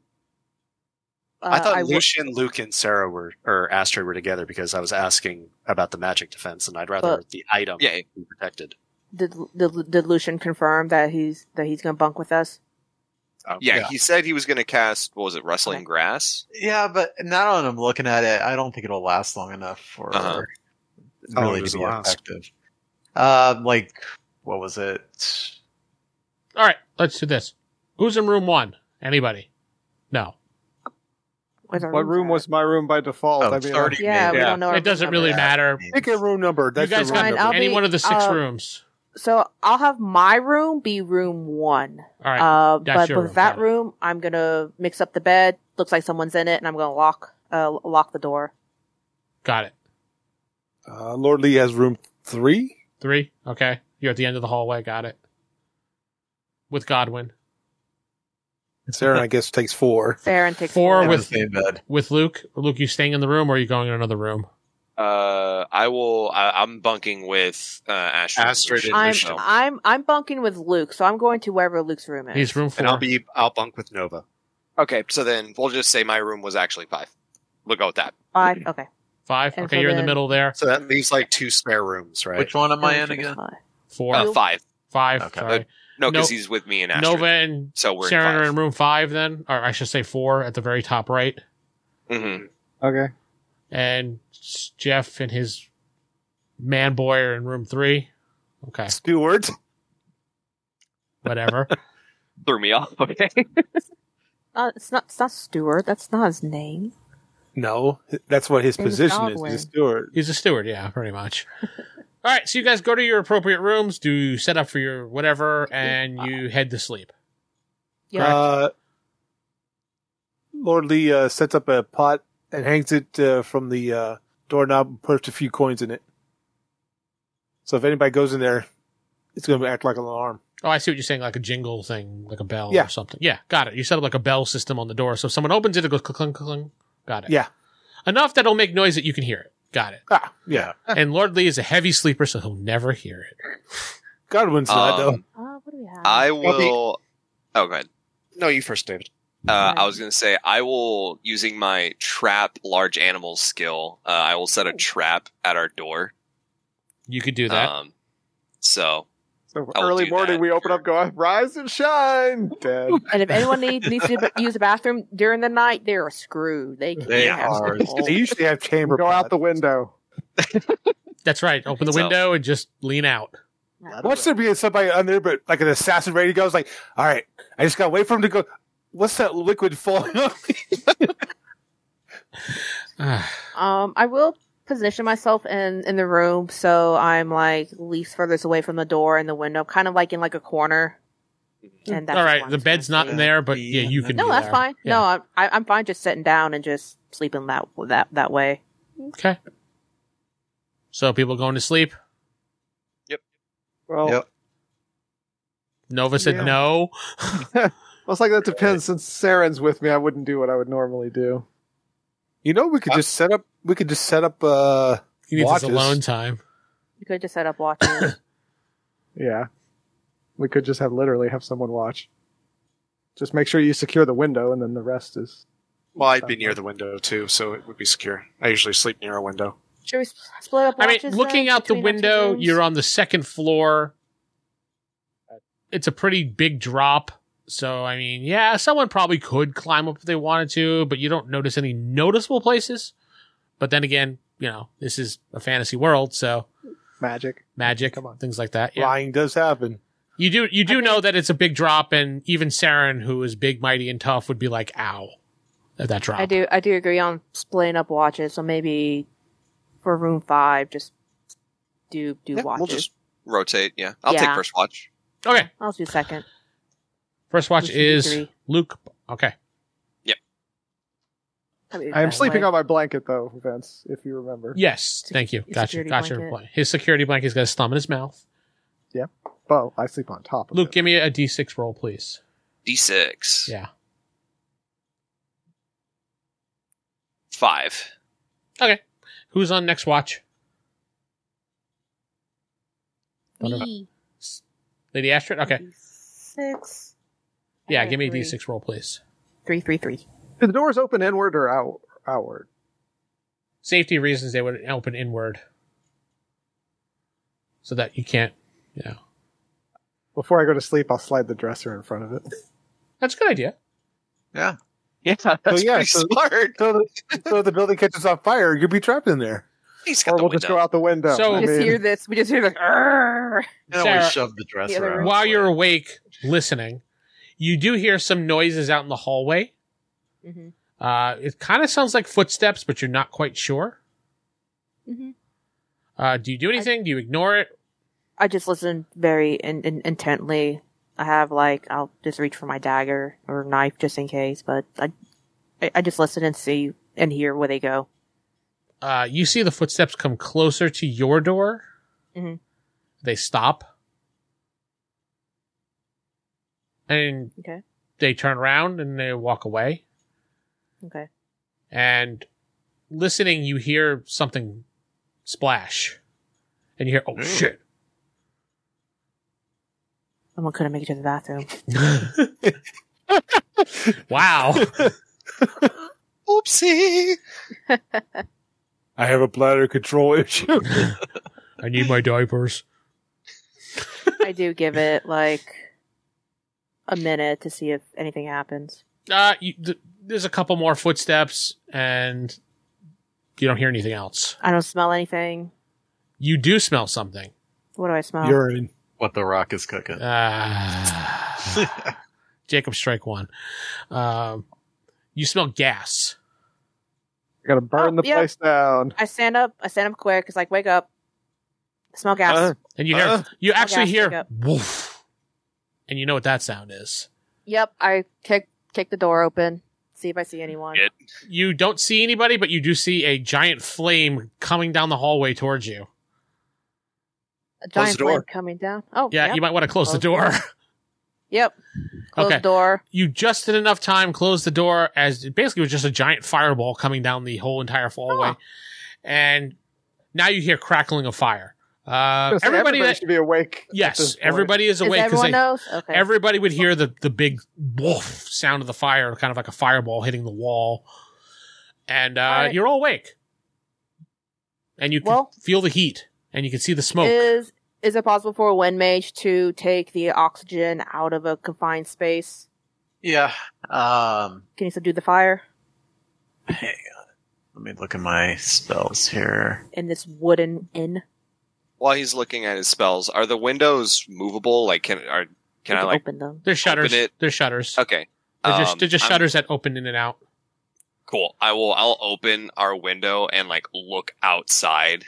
Speaker 1: uh,
Speaker 7: I thought
Speaker 1: will-
Speaker 7: Lucian, Luke, and Sarah were, or Astrid were together because I was asking about the magic defense, and I'd rather
Speaker 1: But-
Speaker 7: the item
Speaker 5: Yeah.
Speaker 7: be protected.
Speaker 1: did, did, did Lucian confirm that he's that he's gonna bunk with us?
Speaker 7: Um,
Speaker 5: Yeah, he said he was going to cast. What was it? Rustling
Speaker 1: Okay.
Speaker 5: grass.
Speaker 8: Yeah, but now that I'm looking at it, I don't think it'll last long enough for
Speaker 5: Uh-huh.
Speaker 7: How long
Speaker 8: really
Speaker 7: does
Speaker 8: to
Speaker 7: it
Speaker 8: be
Speaker 7: last?
Speaker 8: effective. Uh, like what was it?
Speaker 2: All right, let's do this. Who's in room one? Anybody? No,
Speaker 1: Where's our
Speaker 6: What room
Speaker 1: at?
Speaker 6: was my room by default?
Speaker 8: Oh,
Speaker 6: I
Speaker 8: it's
Speaker 6: mean,
Speaker 8: already
Speaker 1: Yeah, we
Speaker 8: made.
Speaker 1: don't know. our
Speaker 2: it doesn't
Speaker 1: room
Speaker 2: really
Speaker 1: number.
Speaker 2: matter.
Speaker 6: I think a room number.
Speaker 2: You
Speaker 6: That's
Speaker 2: guys
Speaker 6: the room
Speaker 1: Fine,
Speaker 2: got
Speaker 6: number.
Speaker 1: I'll
Speaker 2: any
Speaker 1: be,
Speaker 2: one of the six
Speaker 1: uh,
Speaker 2: rooms.
Speaker 1: So I'll have my room be room one.
Speaker 2: All right.
Speaker 1: Uh,
Speaker 2: that's
Speaker 1: but
Speaker 2: your
Speaker 1: with
Speaker 2: room,
Speaker 1: that
Speaker 2: got it.
Speaker 1: room, I'm gonna mix up the bed. Looks like someone's in it, and I'm gonna lock uh, lock the door.
Speaker 2: got it.
Speaker 4: Uh, Lord Lee has room three.
Speaker 2: Three. Okay. You're at the end of the hallway. Got it. With Godwin.
Speaker 4: Sarah, I guess, takes four.
Speaker 1: Theron takes
Speaker 2: Four
Speaker 8: It
Speaker 2: with-
Speaker 8: was the same bed.
Speaker 2: With Luke. Luke, you staying in the room or are you going in another room?
Speaker 5: Uh, I will. I, I'm bunking with uh, Astrid. and
Speaker 3: Astrid
Speaker 5: Lucian,
Speaker 3: and
Speaker 1: I'm
Speaker 3: Michelle.
Speaker 1: I'm I'm bunking with Luke, so I'm going to wherever Luke's room is.
Speaker 2: He's room four.
Speaker 3: And I'll be I'll bunk with Nova.
Speaker 5: Okay, so then we'll just say my room was actually five. We'll go with that.
Speaker 1: five. Okay,
Speaker 2: Five.
Speaker 1: and
Speaker 2: Okay,
Speaker 1: so
Speaker 2: you're in the
Speaker 1: then-
Speaker 2: middle there.
Speaker 3: So that leaves like two spare rooms, right?
Speaker 8: Which one am I in
Speaker 1: Luke is
Speaker 8: again?
Speaker 1: fine.
Speaker 2: Four.
Speaker 5: Uh, five.
Speaker 2: five.
Speaker 8: Okay.
Speaker 2: Sorry.
Speaker 5: No, because
Speaker 2: No-
Speaker 5: he's with me and Astrid.
Speaker 2: Nova and
Speaker 5: so we're
Speaker 2: Sharon are
Speaker 5: in
Speaker 2: in room five then. Or I should say four at the very top right.
Speaker 5: five. hmm
Speaker 6: Okay.
Speaker 2: And s- Jeff and his man boy are in room three. Okay.
Speaker 4: Steward. <laughs>
Speaker 2: Whatever.
Speaker 5: Threw me off. <laughs>
Speaker 1: <laughs>
Speaker 5: Okay.
Speaker 1: Uh, it's not it's not Stewart. That's not his name.
Speaker 4: No, that's what his
Speaker 1: Name is
Speaker 4: position is.
Speaker 1: Godwin.
Speaker 4: The steward.
Speaker 2: He's a steward, yeah, pretty much. All right, so you guys go to your appropriate rooms, do set up for your whatever, and you head to sleep.
Speaker 1: Yeah.
Speaker 4: Uh, Lord Lee uh, sets up a pot and hangs it uh, from the uh, doorknob and puts a few coins in it. So if anybody goes in there, it's going to act like an alarm.
Speaker 2: Oh, I see what you're saying, like a jingle thing, like a bell
Speaker 4: Yeah.
Speaker 2: or something. Yeah, got it. You set up like a bell system on the door, so if someone opens it, it goes clunk, clunk, clunk. Got it.
Speaker 4: Yeah.
Speaker 2: Enough that it'll make noise that you can hear it. Got
Speaker 4: <laughs>
Speaker 2: it.
Speaker 4: Ah, yeah.
Speaker 2: and Lord Lee is a heavy sleeper, so he'll never hear it.
Speaker 4: Godwin's not, though.
Speaker 5: Um,
Speaker 1: Uh, what do we have?
Speaker 5: I
Speaker 3: Well, the-
Speaker 5: will. Oh, go ahead.
Speaker 3: No, you first, David.
Speaker 5: Uh,
Speaker 1: Right.
Speaker 5: I was going to say, I will, using my trap large animal skill, uh, I will set a trap at our door.
Speaker 2: You could do that.
Speaker 5: Um, so,
Speaker 6: So
Speaker 5: I will
Speaker 6: early
Speaker 5: do
Speaker 6: morning,
Speaker 5: that.
Speaker 6: we open up, go rise and shine, Dad.
Speaker 1: and if anyone need, needs to b- use a bathroom during the night, they are screwed. They can't
Speaker 8: They
Speaker 1: have
Speaker 8: are
Speaker 1: control.
Speaker 4: They usually have chamber
Speaker 6: go out
Speaker 4: pots.
Speaker 6: the window.
Speaker 2: That's right. Open the
Speaker 5: So-
Speaker 2: window and just lean out. <sighs>
Speaker 4: What's there being somebody on there, but like an assassin ready to go? It's like, all right, I just got to wait for him to go. What's that liquid falling <laughs> off?
Speaker 1: Um, I will position myself in in the room so I'm like least furthest away from the door and the window, kind of like in like a corner. And that's
Speaker 2: All
Speaker 1: where
Speaker 2: right,
Speaker 1: I'm
Speaker 2: the
Speaker 1: just
Speaker 2: bed's
Speaker 1: gonna
Speaker 2: not in
Speaker 1: sleep.
Speaker 2: there, but yeah, you can.
Speaker 1: No,
Speaker 2: be
Speaker 1: that's
Speaker 2: there.
Speaker 1: fine.
Speaker 2: Yeah.
Speaker 1: No, I'm I, I'm fine just sitting down and just sleeping that that that way.
Speaker 2: Okay. So people going to sleep.
Speaker 6: Well,
Speaker 8: Yep.
Speaker 2: Nova said
Speaker 6: Yeah.
Speaker 2: no.
Speaker 6: I was like, that depends. Since Saren's with me, I wouldn't do what I would normally do.
Speaker 4: You know, we could just set up. We could just set up. Uh,
Speaker 2: He needs
Speaker 4: Watches.
Speaker 2: his alone time.
Speaker 1: You could just set
Speaker 2: <coughs>
Speaker 1: up watches.
Speaker 6: Yeah. We could just have literally have someone watch. Just make sure you secure the window, and then the rest is.
Speaker 3: Well, I'd be near the window too, so it would be secure. I usually sleep near a window.
Speaker 1: Should we s- split up?
Speaker 2: I mean,
Speaker 1: Watches
Speaker 2: looking
Speaker 1: then
Speaker 2: out the
Speaker 1: between our two
Speaker 2: window,
Speaker 1: rooms?
Speaker 2: you're on the second floor. It's a pretty big drop. So, I mean, yeah, someone probably could climb up if they wanted to, but you don't notice any noticeable places. But then again, you know, this is a fantasy world, so
Speaker 6: Magic.
Speaker 2: magic,
Speaker 6: Come on.
Speaker 2: things like that. Yeah.
Speaker 4: Lying does happen.
Speaker 2: You do you do know that it's a big drop and even Saren, who is big, mighty, and tough, would be like, ow, at that drop.
Speaker 1: I do I do agree on splitting up watches. So maybe for room five, just do do
Speaker 3: Yeah,
Speaker 1: watches.
Speaker 3: we'll just
Speaker 5: rotate. Yeah. I'll
Speaker 1: Yeah.
Speaker 5: take first watch.
Speaker 2: Okay.
Speaker 1: I'll do second.
Speaker 2: First watch
Speaker 1: This should be
Speaker 2: is
Speaker 1: three.
Speaker 2: Luke. Okay.
Speaker 1: Probably
Speaker 6: I am
Speaker 1: that
Speaker 6: sleeping
Speaker 1: way.
Speaker 6: on my blanket, though, Vince, if you remember.
Speaker 2: Yes,
Speaker 1: Sec-
Speaker 2: thank you.
Speaker 1: his
Speaker 2: Gotcha.
Speaker 1: security
Speaker 2: Gotcha.
Speaker 1: blanket.
Speaker 2: Reply. His security blanket's got his thumb in his mouth.
Speaker 6: Well, I sleep on top of
Speaker 2: Luke,
Speaker 6: it.
Speaker 2: give me a d6 roll, please.
Speaker 5: D6.
Speaker 2: Yeah.
Speaker 5: <laughs> Five.
Speaker 2: Okay. Who's on next watch? Don't know.
Speaker 1: Me.
Speaker 2: Lady Astrid? Okay.
Speaker 1: Six.
Speaker 2: Yeah,
Speaker 1: Okay,
Speaker 2: give me a
Speaker 1: three.
Speaker 2: d6 roll, please.
Speaker 1: Three, three, three.
Speaker 6: Do the doors open inward or out? Outward.
Speaker 2: Safety reasons, they would open inward. So that you can't, you know.
Speaker 6: Before I go to sleep, I'll slide the dresser in front of it.
Speaker 2: That's a good idea.
Speaker 8: Yeah.
Speaker 5: Yeah.
Speaker 4: that's yeah, pretty so-
Speaker 5: smart.
Speaker 4: So, the, so the building catches on fire. You'll be trapped in there.
Speaker 5: He's got
Speaker 6: or
Speaker 5: the
Speaker 6: we'll just
Speaker 5: window.
Speaker 6: go out the window.
Speaker 2: So-
Speaker 6: I
Speaker 1: We just
Speaker 6: mean, <laughs>
Speaker 1: hear this. We just hear like, "Arr."
Speaker 8: And always
Speaker 2: Sarah,
Speaker 8: shove the
Speaker 1: the
Speaker 8: dresser
Speaker 1: other
Speaker 8: out.
Speaker 1: room.
Speaker 2: While you're awake, listening, you do hear some noises out in the hallway.
Speaker 1: Mhm.
Speaker 2: Uh, it kind of sounds like footsteps, but you're not quite sure.
Speaker 1: Mhm.
Speaker 2: Uh, do you do anything? do you ignore it?
Speaker 1: I just listen very in- in- intently. I have like I'll just reach for my dagger or knife just in case, but I, I I just listen and see and hear where they go.
Speaker 2: Uh, you see the footsteps come closer to your door.
Speaker 1: Mhm.
Speaker 2: They stop. And
Speaker 1: Okay.
Speaker 2: they turn around and they walk away.
Speaker 1: Okay.
Speaker 2: And listening, you hear something splash. And you hear, oh shit.
Speaker 1: Someone couldn't make it to the bathroom.
Speaker 2: wow.
Speaker 3: Oopsie.
Speaker 4: I have a bladder control <laughs> issue.
Speaker 2: I need my diapers.
Speaker 1: I do give it like a minute to see if anything happens.
Speaker 2: Uh, you, th- there's a couple more footsteps, and you don't hear anything else.
Speaker 1: I don't smell anything.
Speaker 2: You do smell something.
Speaker 1: What do I smell?
Speaker 4: Urine.
Speaker 8: What the rock is cooking.
Speaker 2: Uh, <laughs> Jacob, strike one. Um, you smell gas.
Speaker 6: We're gonna burn
Speaker 1: Oh,
Speaker 6: the
Speaker 1: yeah.
Speaker 6: place down.
Speaker 1: I stand up. I stand up quick. It's like wake up. Smell gas.
Speaker 6: Uh-huh.
Speaker 3: Uh.
Speaker 2: And you hear,
Speaker 3: Uh.
Speaker 2: you actually
Speaker 1: gas,
Speaker 2: hear
Speaker 1: Jacob.
Speaker 2: woof, and you know what that sound is.
Speaker 1: Yep. I kick kick the door open. See if I see anyone.
Speaker 5: Yeah.
Speaker 2: You don't see anybody, but you do see a giant flame coming down the hallway towards you.
Speaker 1: A
Speaker 3: Close
Speaker 1: giant
Speaker 3: the door.
Speaker 1: flame coming down. Oh.
Speaker 2: Yeah,
Speaker 1: Yep.
Speaker 2: you might want to close the
Speaker 1: Close the
Speaker 2: door.
Speaker 1: yep.
Speaker 2: <laughs>
Speaker 1: Close
Speaker 2: Okay.
Speaker 1: the door.
Speaker 2: you just did enough time, closed the door as it basically was just a giant fireball coming down the whole entire hallway. And now you hear crackling of fire.
Speaker 6: I
Speaker 2: Uh,
Speaker 6: was gonna say,
Speaker 2: everybody, that-
Speaker 6: should be awake. at this
Speaker 2: yes,
Speaker 6: point.
Speaker 2: everybody is
Speaker 1: Is
Speaker 2: awake because
Speaker 1: everyone knows? Okay.
Speaker 2: everybody would hear the, the big woof sound of the fire, kind of like a fireball hitting the wall. And uh,
Speaker 1: All right.
Speaker 2: you're all awake. And you can
Speaker 1: Well- uh,
Speaker 2: feel the heat and you can see the smoke.
Speaker 1: Is is it possible for a wind mage to take the oxygen out of a confined space?
Speaker 8: Yeah. Um,
Speaker 1: Can you subdue the fire
Speaker 8: hang on. Let me look at my spells here.
Speaker 1: in this wooden inn?
Speaker 5: While he's looking at his spells, are the windows movable? Like, can are can I like?
Speaker 1: open them?
Speaker 2: There's shutters.
Speaker 5: it.
Speaker 2: There's shutters.
Speaker 5: Okay,
Speaker 2: They're just,
Speaker 5: Um,
Speaker 2: they're just
Speaker 5: I'm-
Speaker 2: shutters that open in and out.
Speaker 5: Cool. I will. I'll open our window and like look outside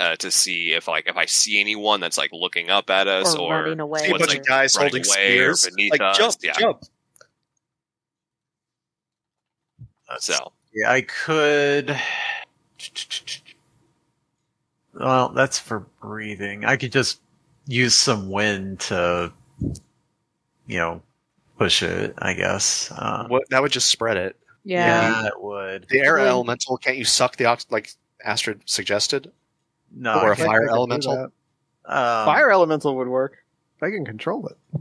Speaker 5: uh, to see if like if I see anyone that's like looking up at us
Speaker 1: Or
Speaker 5: or,
Speaker 1: running away.
Speaker 3: See a
Speaker 1: What's
Speaker 3: bunch
Speaker 1: like
Speaker 3: of guys
Speaker 5: running
Speaker 3: holding
Speaker 5: away or
Speaker 3: spears.
Speaker 5: beneath
Speaker 3: Like
Speaker 5: us,
Speaker 3: jump,
Speaker 5: yeah.
Speaker 3: jump.
Speaker 5: So
Speaker 8: Yeah, I could. Well, that's for breathing. I could just use some wind to, you know, push it. I guess. Uh,
Speaker 3: What, that would just spread it.
Speaker 1: Yeah.
Speaker 8: it would.
Speaker 3: The air
Speaker 1: Really?
Speaker 3: elemental. Can't you suck the ox like Astrid suggested?
Speaker 8: No,
Speaker 3: Or
Speaker 8: Oh, I
Speaker 3: a
Speaker 8: can't.
Speaker 6: Like,
Speaker 3: fire
Speaker 6: they could do
Speaker 3: elemental?
Speaker 6: that.
Speaker 8: Um,
Speaker 6: fire elemental would work. They can control it.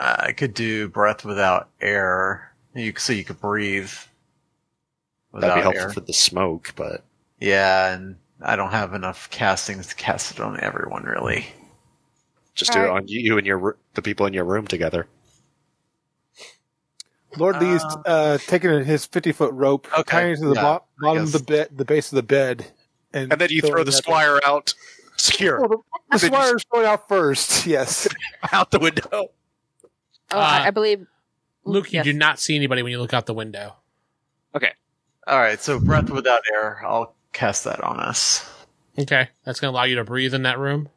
Speaker 8: I could do breath without air. You so you could breathe
Speaker 3: That'd be
Speaker 8: without
Speaker 3: helpful
Speaker 8: air.
Speaker 3: for the smoke, but
Speaker 8: Yeah, and I don't have enough castings to cast it on everyone really.
Speaker 3: just do
Speaker 1: Alright.
Speaker 3: it on you and your r- the people in your room together.
Speaker 4: Lord Lee's uh, taking his fifty foot rope,
Speaker 8: Okay,
Speaker 4: tying it to the
Speaker 8: yeah,
Speaker 4: bo- bottom of
Speaker 8: guess.
Speaker 4: the bed, the base of the bed, and,
Speaker 3: And then you throw
Speaker 4: throwing
Speaker 3: the
Speaker 4: that-
Speaker 3: squire out, secure
Speaker 4: Well, the, the
Speaker 3: Then you-
Speaker 4: squire's going out first. <laughs> Yes,
Speaker 3: out the window.
Speaker 1: Oh, I, I believe.
Speaker 2: Uh, Luke, you
Speaker 1: yes.
Speaker 2: do not see anybody when you look out the window.
Speaker 8: All right, so breath without air. I'll cast that on us.
Speaker 2: Okay, that's going to allow you to breathe in that room.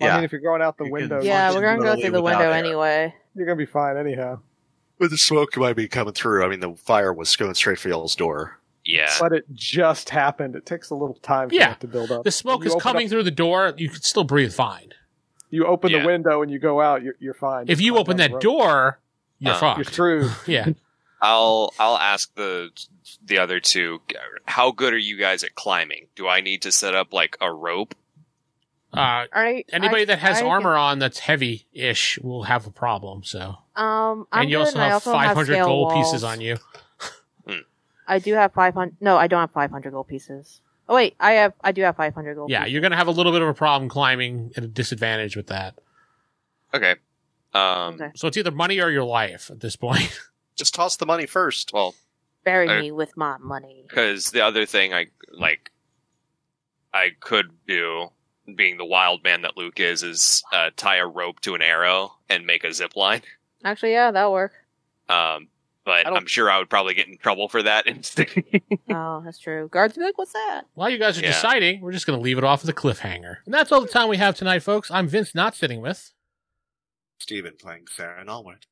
Speaker 6: I
Speaker 8: Yeah.
Speaker 6: mean, if you're going out the
Speaker 8: You can-
Speaker 6: window,
Speaker 1: Yeah, we're gonna go
Speaker 8: Literally
Speaker 1: through the
Speaker 8: without
Speaker 1: window
Speaker 8: air.
Speaker 1: anyway.
Speaker 6: you're gonna be fine anyhow.
Speaker 3: With the smoke might be coming through. I mean, the fire was going straight for y'all's door.
Speaker 5: yeah,
Speaker 6: But it just happened. It takes a little time for
Speaker 2: Yeah.
Speaker 6: that to build up.
Speaker 2: The smoke
Speaker 6: You
Speaker 2: is
Speaker 6: open
Speaker 2: coming
Speaker 6: up-
Speaker 2: through the door. You can still breathe fine.
Speaker 6: you open
Speaker 5: Yeah.
Speaker 6: the window and you go out. You're, you're fine.
Speaker 2: If
Speaker 6: You're
Speaker 2: you
Speaker 6: fine
Speaker 2: open
Speaker 6: down
Speaker 2: that
Speaker 6: the road.
Speaker 2: door, you're
Speaker 5: Uh,
Speaker 6: you're
Speaker 2: fucked.
Speaker 6: through.
Speaker 2: <laughs> Yeah.
Speaker 5: I'll I'll ask the the other two. How good are you guys at climbing? Do I need to set up like a rope?
Speaker 2: Uh,
Speaker 1: All right.
Speaker 2: anybody
Speaker 1: I-
Speaker 2: that has
Speaker 1: I
Speaker 2: armor on that's heavy ish will have a problem. So,
Speaker 1: Can, um, I'm
Speaker 2: and you
Speaker 1: good,
Speaker 2: also
Speaker 1: and I
Speaker 2: have
Speaker 1: also
Speaker 2: 500
Speaker 1: scale
Speaker 2: gold
Speaker 1: walls.
Speaker 2: pieces on you.
Speaker 1: I do have 500. No, I don't have 500 gold pieces. Oh wait, I have. I do have 500 gold.
Speaker 2: Yeah,
Speaker 1: pieces.
Speaker 2: you're going to have a little bit of a problem climbing at a disadvantage with that.
Speaker 5: Okay. Um.
Speaker 1: Okay.
Speaker 2: So it's either money or your life at this point. <laughs>
Speaker 3: Just toss the money first.
Speaker 5: Well,
Speaker 1: Bury
Speaker 5: I-
Speaker 1: me with my money.
Speaker 5: because the other thing I like I could do, being the wild man that Luke is, is uh, tie a rope to an arrow and make a zip line.
Speaker 1: Actually, yeah, that'll work.
Speaker 5: Um, but
Speaker 1: I don't-
Speaker 5: I'm sure I would probably get in trouble for that. <laughs> And
Speaker 1: oh, that's true. Guards be like, "What's that?"
Speaker 2: While you guys are
Speaker 5: Yeah.
Speaker 2: deciding, we're just going to leave it off with a cliffhanger. And that's all the time we have tonight, folks. I'm Vince, not sitting with.
Speaker 7: Steven playing Theron Allward.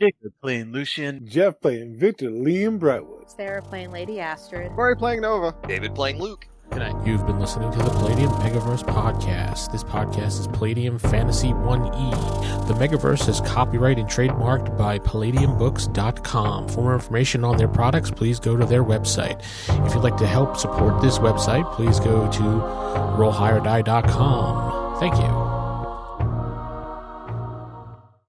Speaker 8: Jacob playing Lucian.
Speaker 4: Jeff playing Victor Liam Brightwood.
Speaker 1: Sarah playing Lady Astrid.
Speaker 6: Corey playing Nova.
Speaker 5: David playing Luke.
Speaker 2: Good night. You've been listening to the Palladium Megaverse podcast. This podcast is Palladium Fantasy 1E. The Megaverse is copyright and trademarked by PalladiumBooks.com. For more information on their products, please go to their website. If you'd like to help support this website, please go to RollHigherDie.com. Thank you.